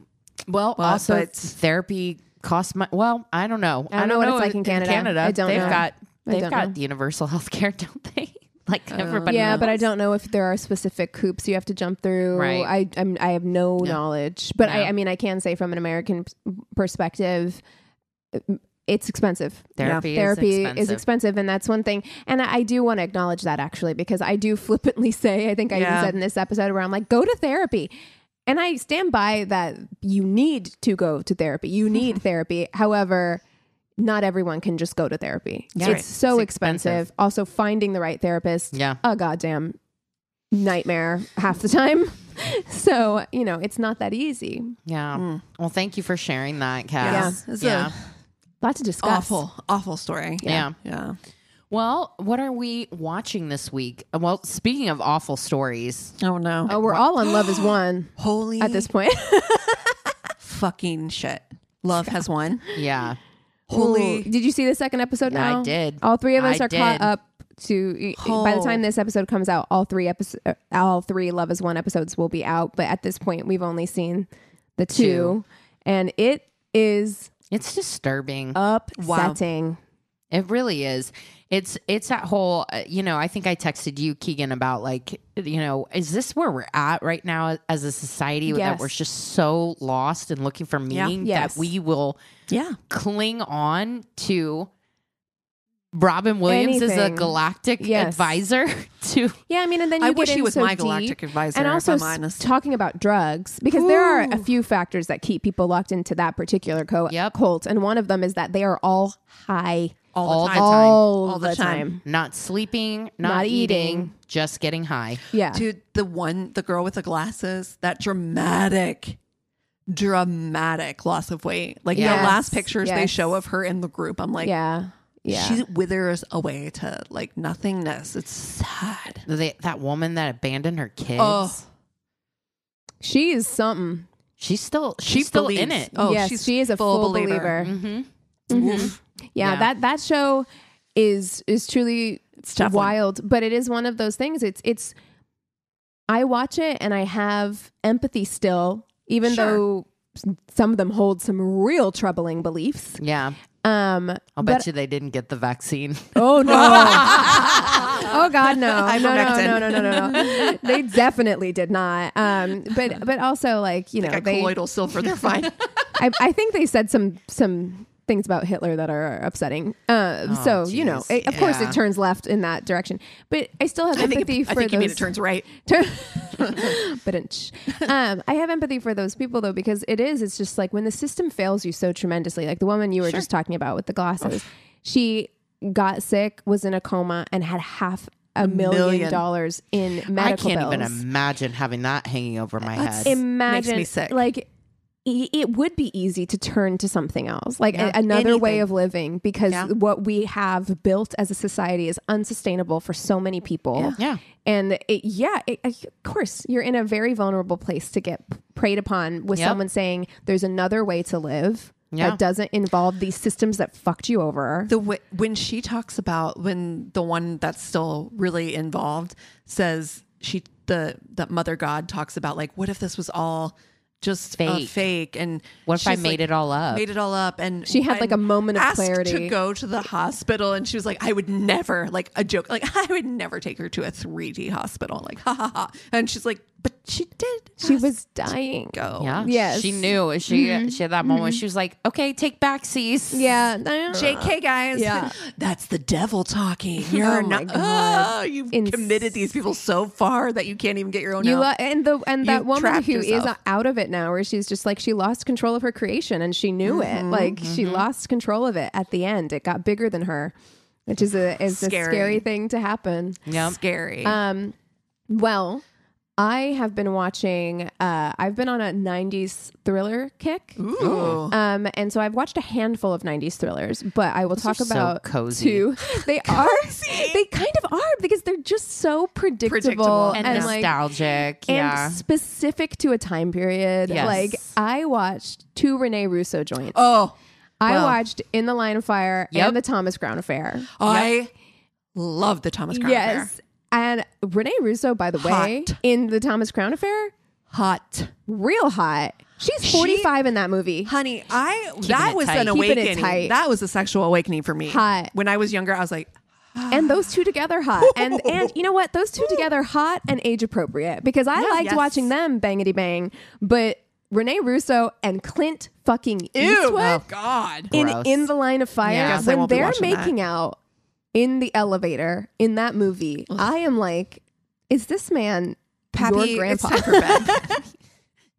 Well, also but- therapy costs money. Well, I don't know. I don't know what it's if- like in Canada. I don't they've know. got I they've don't got know. Uh, the universal health care, don't they? like everybody. yeah, else. but I don't know if there are specific hoops you have to jump through. Right. I I'm, I have no knowledge, but I, I mean I can say from an American p- perspective, it's expensive. Therapy is therapy is expensive. expensive, and that's one thing. And I, I do want to acknowledge that actually because I do flippantly say I think I even Yeah. said in this episode where I'm like, go to therapy. And I stand by that you need to go to therapy. You need therapy. However, not everyone can just go to therapy. That's it's right. so It's expensive. expensive. Also, finding the right therapist Yeah. a goddamn nightmare half the time. so, you know, it's not that easy. Yeah. Well, thank you for sharing that, Yeah. Cass. It's a yeah. A lot to discuss. awful, awful story. Yeah. Yeah. Well, what are we watching this week? Well, speaking of awful stories, Oh, no. Oh, we're all on Love is One Holy at this point. fucking shit. Love has won. yeah. Ooh, Holy. did you see the second episode Yeah, I now? did. All three of us I are caught did. up to by the Oh. time this episode comes out, all three episodes all three Love is One episodes will be out, but at this point we've only seen the two, and it is It's disturbing. Oh. upsetting. It really is. It's it's that whole uh, you know. I think I texted you, Keegan, about like you know, is this where we're at right now as a society Yes. that we're just so lost and looking for meaning Yes. that we will Yeah. cling on to Robin Williams as a Anything. galactic Yes. advisor to Yeah, I mean, and then you I get wish in he was so my deep. galactic advisor. and also if s- I'm honest. talking about drugs because there are a few factors that keep people locked into that particular co- Yep. cult and one of them is that they are all high all the time. all, All the, the time. not sleeping, not, Not eating, eating. just getting high. yeah Dude, the one, the girl with the glasses, that dramatic, dramatic loss of weight. Like Yes. the last pictures they Yes. show of her in the group, I'm like, yeah. Yeah. she withers away to like nothingness. It's sad. They, that woman that abandoned her kids. Oh. she is something. She's still she's She still in believes. it. Oh, yes, she's she is a full, full believer. believer. Mm-hmm. Oof. Yeah, Yeah. that that show is is truly It's a tough one. wild, but it is one of those things. It's it's I watch it and I have empathy still, even Sure. though s- some of them hold some real troubling beliefs. Yeah. Um, I'll bet you they didn't get the vaccine. oh no, oh god, no, no, no, Ivermectin. no, no, no, no, no. They definitely did not. Um, but but also like you know Got they colloidal silver. They're fine. I, I think they said some some things about Hitler that are upsetting. Uh, Oh, so you know, geez. it, of course, Yeah. it turns left in that direction. But I still have I think, empathy it, I for think you mean those. it turns right. but um, I have empathy for those people though because it is. It's just like when the system fails you so tremendously. Like the woman you were just talking about with the glasses, she got sick, was in a coma, and had half a million, million. dollars in medical I can't bills even imagine having that hanging over my That's- head. imagine me sick. like e- it would be easy to turn to something else like a- Yeah. another way Anything. of living because Yeah. what we have built as a society is unsustainable for so many people Yeah. and it, yeah it, of course you're in a very vulnerable place to get preyed upon with Yep. someone saying there's another way to live Yeah. that doesn't involve these systems that fucked you over The w- when she talks about when the one that's still really involved says she the that mother god talks about like what if this was all just a Fake. fake and What if I she's made it all up? made it all up and She had, like, a I'm moment of asked clarity. to go to the hospital and she was like I would never like a joke like I would never take her to a 3D hospital like ha ha ha and she's like but she did she ask was dying to go Yeah. Yes. She knew. She she had that moment. She was like, "Okay, take back seats." yeah JK guys. Yeah. That's the devil talking. You're my not God. Oh, you've Ins- committed these people so far that you can't even get your own You out. lo- and the and that You woman trapped who is yourself. out of it now, where she's just like she lost control of her creation and she knew Mm-hmm, it. Like she lost control of it at the end. It got bigger than her, which is a is a Scary. scary thing to happen. Yep. Scary. Um, well, I have been watching. Uh, I've been on a '90s thriller kick. Ooh. Um, and so I've watched a handful of '90s thrillers, but I will talk are so about cozy. two. They are. They kind of are because they're just so predictable, Predictable. And, and, like nostalgic. and yeah. specific to a time period. Yes. Like I watched two Rene Russo joints. oh, I wow. watched In the Line of Fire Yep. and the Thomas Crown Affair. I love the Thomas Crown Affair. yes. And Rene Russo, by the way, Hot. in the Thomas Crown Affair, Hot. real hot. She's 45 in that movie. Honey, I it that was an tight. Keeping it awakening. tight. That was a sexual awakening for me. Hot. When I was younger, I was like, And those two together hot. And and you know what? Those two together hot and age appropriate because I liked yes. watching them bangity bang, but Rene Russo and Clint fucking ew, Eastwood. oh God. in Gross. in the line of fire Yeah. Guess I when won't be they're watching that. making out in the elevator in that movie i am like is this man Pappy, your it's grandpa time for bed.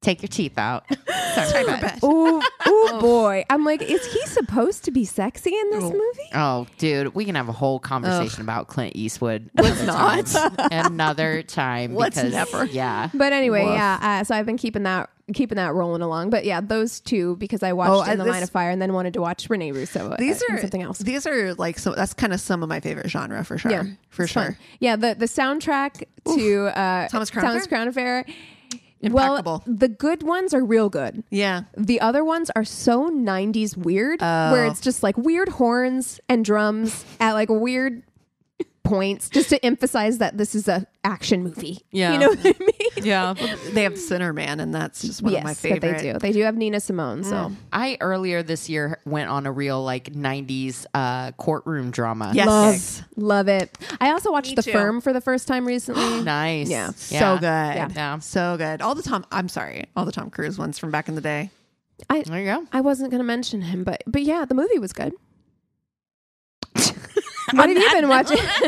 take your teeth out. It's time for bed. oh oh boy i'm like is he supposed to be sexy in this movie Oh, dude, we can have a whole conversation about Clint Eastwood. Let's another not. time. another time. Let's because, never. Yeah. but anyway yeah uh, so i've been keeping that keeping that rolling along but yeah those two because i watched Oh, in I- the this- line of fire and then wanted to watch renee russo uh, These in are something else These are like some. That's kind of some of my favorite genre for sure. Yeah, for it's sure. fun. Yeah, the the soundtrack to uh, Thomas Crown Affair? Affair. Impeccable. Well, the good ones are real good. Yeah. The other ones are so 90s weird, where Oh. it's just like weird horns and drums at like weird points just to emphasize that this is a action movie. Yeah. You know what I mean? Yeah. They have Sinner Man, and that's just one yes, of my that favorite. Mm. they do. They do have Nina Simone, so I earlier this year went on a real like 90s uh, courtroom drama. Yes. love love it. I also watched Me The too. Firm for the first time recently. Nice. Yeah. So good. Yeah. So good. All the Tom, I'm sorry, all the Tom Cruise ones from back in the day. I There you go. I wasn't going to mention him, but but yeah, the movie was good. what have you been watching?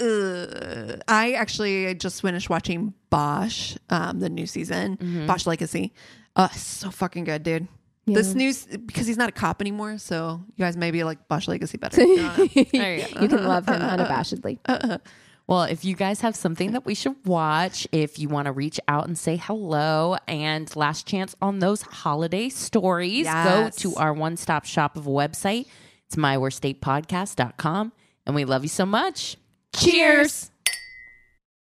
Ugh. I actually just finished watching Bosch, um, the new season, Mm-hmm. Bosch Legacy. Uh, so fucking good, dude. This new, s- because he's not a cop anymore, so you guys maybe like Bosch Legacy better. There you go. you can love him unabashedly. Well, if you guys have something that we should watch, if you want to reach out and say hello, and last chance on those holiday stories, Yes. go to our one stop shop of a website. It's myworstatepodcast.com. And we love you so much. Cheers.